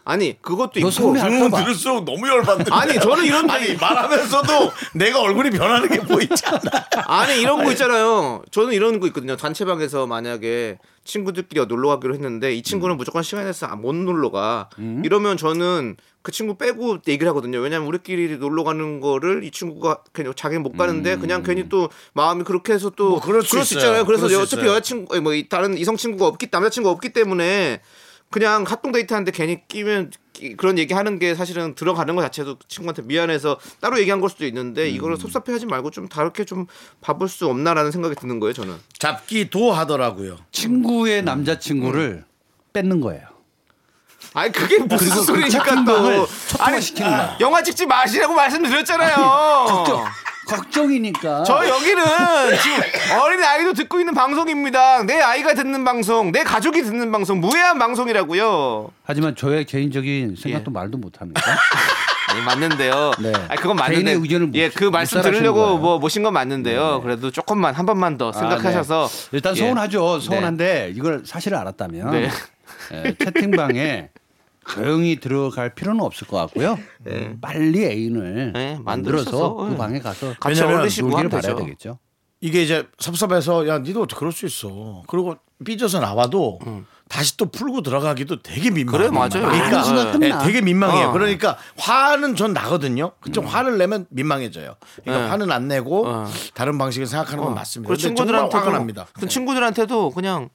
Speaker 2: 아니 그것도
Speaker 6: 너
Speaker 2: 있고
Speaker 6: 서운해 할까
Speaker 1: 들으면
Speaker 6: 봐.
Speaker 1: 들을수록 너무 열받는데.
Speaker 2: 아니, 저는 이런
Speaker 1: [LAUGHS] 아니 말하면서도 내가 얼굴이 변하는 게 보이지 않아.
Speaker 2: 아니 이런 거 있잖아요. 저는 이런 거 있거든요. 단체방에서 만약에 친구들끼리 놀러 가기로 했는데 이
Speaker 1: 음.
Speaker 2: 친구는 무조건 시간 내서 안- 못 놀러 가. 이러면 저는 그 친구 빼고 얘기를 하거든요. 왜냐면 우리끼리 놀러 가는 거를 이 친구가 그냥 자기 못 가는데 그냥 괜히 또 마음이 그렇게 해서 또
Speaker 1: 음. 뭐 그럴 수
Speaker 2: 그럴 수
Speaker 1: 있어요.
Speaker 2: 있잖아요. 그래서
Speaker 1: 그럴 수
Speaker 2: 어차피
Speaker 1: 있어요.
Speaker 2: 여자친구 아니, 뭐이 다른 이성 친구가 없기 남자 친구가 없기 때문에 그냥 합동 데이트 하는데 괜히 끼면 끼- 그런 얘기 하는 게 사실은 들어가는 것 자체도 친구한테 미안해서 따로 얘기한 걸 수도 있는데
Speaker 6: 음.
Speaker 2: 이거를 섭섭해하지 말고 좀 다르게 좀 봐볼 수 없나라는 생각이 드는 거예요 저는
Speaker 5: 잡기도 하더라고요.
Speaker 6: 친구의 남자친구를 뺏는 거예요.
Speaker 2: 아니 그게 무슨 소리니까 또
Speaker 6: 채팅방을 초토화시키는 거야.
Speaker 2: 영화 찍지 마시라고 말씀드렸잖아요
Speaker 6: 걱정이니까.
Speaker 2: 저 여기는 지금 어린 아이도 듣고 있는 방송입니다 내 아이가 듣는 방송 내 가족이 듣는 방송 무해한 방송이라고요
Speaker 6: 하지만 저의 개인적인 생각도 말도 못합니다.
Speaker 2: 아니, 맞는데요.
Speaker 6: 네.
Speaker 2: 아니, 그건 맞는데.
Speaker 6: 개인의 의견을 못-
Speaker 2: 예, 그
Speaker 6: 못
Speaker 2: 말씀
Speaker 6: 따라하시는
Speaker 2: 드리려고
Speaker 6: 거예요.
Speaker 2: 뭐 모신 건 맞는데요. 그래도 조금만 한 번만 더 생각하셔서
Speaker 6: 아, 네. 일단
Speaker 2: 예.
Speaker 6: 서운하죠. 서운한데 이걸 사실을 알았다면
Speaker 2: 네.
Speaker 6: 예, 채팅방에 조용히 들어갈 필요는 없을 것 같고요. 빨리 애인을
Speaker 2: 네, 만들어서,
Speaker 6: 만들어서 그
Speaker 2: 예.
Speaker 6: 방에 가서
Speaker 2: 같이
Speaker 6: 왜냐면
Speaker 2: 어울리시고
Speaker 6: 놀기를
Speaker 2: 하면
Speaker 6: 바라야
Speaker 2: 되죠.
Speaker 6: 되겠죠.
Speaker 1: 이게 이제 섭섭해서 야 니도 어떻게 그럴 수 있어 그리고 삐져서 나와도 다시 또 풀고 들어가기도 되게 민망해요
Speaker 2: 그래, 맞아요.
Speaker 6: 아는 순간
Speaker 1: 예,
Speaker 6: 끝나.
Speaker 1: 되게 민망해요
Speaker 2: 어. 음.
Speaker 1: 그러니까 화는 전 나거든요 좀 화를 내면 민망해져요 그러니까 화는 안 내고
Speaker 2: 네. 어.
Speaker 1: 다른 방식을 생각하는 건 맞습니다
Speaker 2: 그리고
Speaker 1: 근데 정말 화가
Speaker 2: 친구들한테도
Speaker 1: 납니다 네.
Speaker 2: 그 친구들한테도 그냥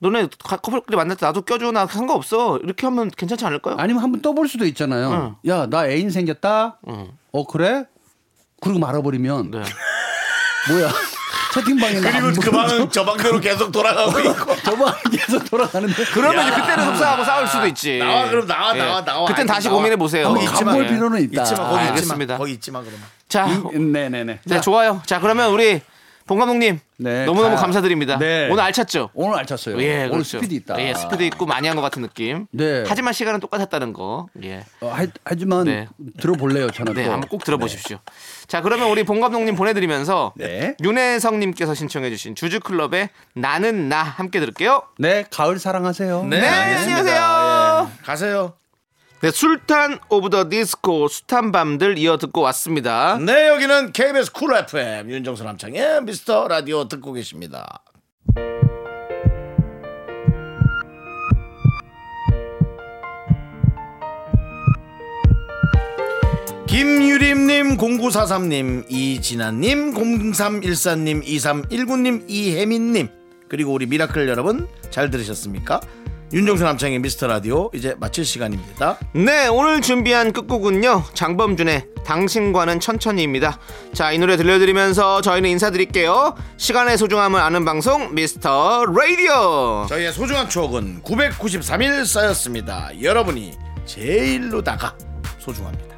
Speaker 2: 너네 가- 커플끼리 만날 때 나도 껴줘 나 상관없어 이렇게 하면 괜찮지 않을까요?
Speaker 6: 아니면 한번 떠볼 수도 있잖아요. 야, 나 애인 생겼다. 어, 그래? 그리고 말아버리면
Speaker 2: 네. [LAUGHS]
Speaker 6: 뭐야? 채팅방에 뭐
Speaker 1: 그리고 그 방은 저 방대로 계속
Speaker 2: [LAUGHS]
Speaker 1: 돌아가고 있고
Speaker 6: 저방 [LAUGHS] 계속 돌아가는데
Speaker 2: 그러면 이제 그때는 속상하고 싸울 수도 있지.
Speaker 1: 나와 그럼 나와
Speaker 2: 예.
Speaker 1: 나와 나와
Speaker 2: 그땐
Speaker 1: 아이고,
Speaker 2: 다시
Speaker 1: 나와.
Speaker 2: 고민해 보세요.
Speaker 1: 거기
Speaker 6: 한번
Speaker 1: 있지 마.
Speaker 6: 가볼 필요는 있다.
Speaker 1: 있지 마 거기
Speaker 2: 아,
Speaker 1: 있지
Speaker 2: 알겠습니다.
Speaker 1: 마 거기 있지 마 그러면
Speaker 2: 자,
Speaker 6: 네, 네, 네.
Speaker 2: 네, 좋아요. 자, 그러면 우리 봉 감독님
Speaker 6: 네,
Speaker 2: 너무너무
Speaker 6: 가-
Speaker 2: 감사드립니다.
Speaker 6: 네.
Speaker 2: 오늘 알찼죠?
Speaker 6: 오늘 알찼어요.
Speaker 2: 예,
Speaker 6: 오늘
Speaker 2: 그렇죠.
Speaker 6: 스피드 있다.
Speaker 2: 예, 스피드 있고 많이 한 것 같은 느낌.
Speaker 6: 네.
Speaker 2: 하지만 시간은 똑같았다는 거. 예.
Speaker 6: 어, 하, 하지만
Speaker 2: 네.
Speaker 6: 들어볼래요, 저는.
Speaker 2: 네,
Speaker 6: 또.
Speaker 2: 한번 꼭 들어보십시오. 자, 그러면 우리 봉 감독님 보내드리면서
Speaker 6: 네.
Speaker 2: 윤혜성님께서 신청해주신 주주클럽의 나는 나 함께 들을게요.
Speaker 6: 네, 가을 사랑하세요.
Speaker 1: 네, 알겠습니다.
Speaker 2: 안녕하세요.
Speaker 1: 예. 가세요
Speaker 2: 네, 술탄 오브 더 디스코 숱한 밤들 이어 듣고 왔습니다.
Speaker 1: 네 여기는 KBS 쿨 FM 윤정수 남창의 미스터 라디오 듣고 계십니다 김유림님, 0943님, 이진아님, 0314님, 2319님, 이혜민님, 그리고 우리 미라클 여러분 잘 들으셨습니까? 윤정수 남창의 미스터 라디오 이제 마칠 시간입니다.
Speaker 2: 네, 오늘 준비한 끝곡은요. 장범준의 당신과는 천천히입니다. 자, 이 노래 들려드리면서 저희는 인사드릴게요. 시간의 소중함을 아는 방송 미스터 라디오.
Speaker 1: 저희의 소중한 추억은 993일 쌓였습니다. 여러분이 제일로다가 소중합니다.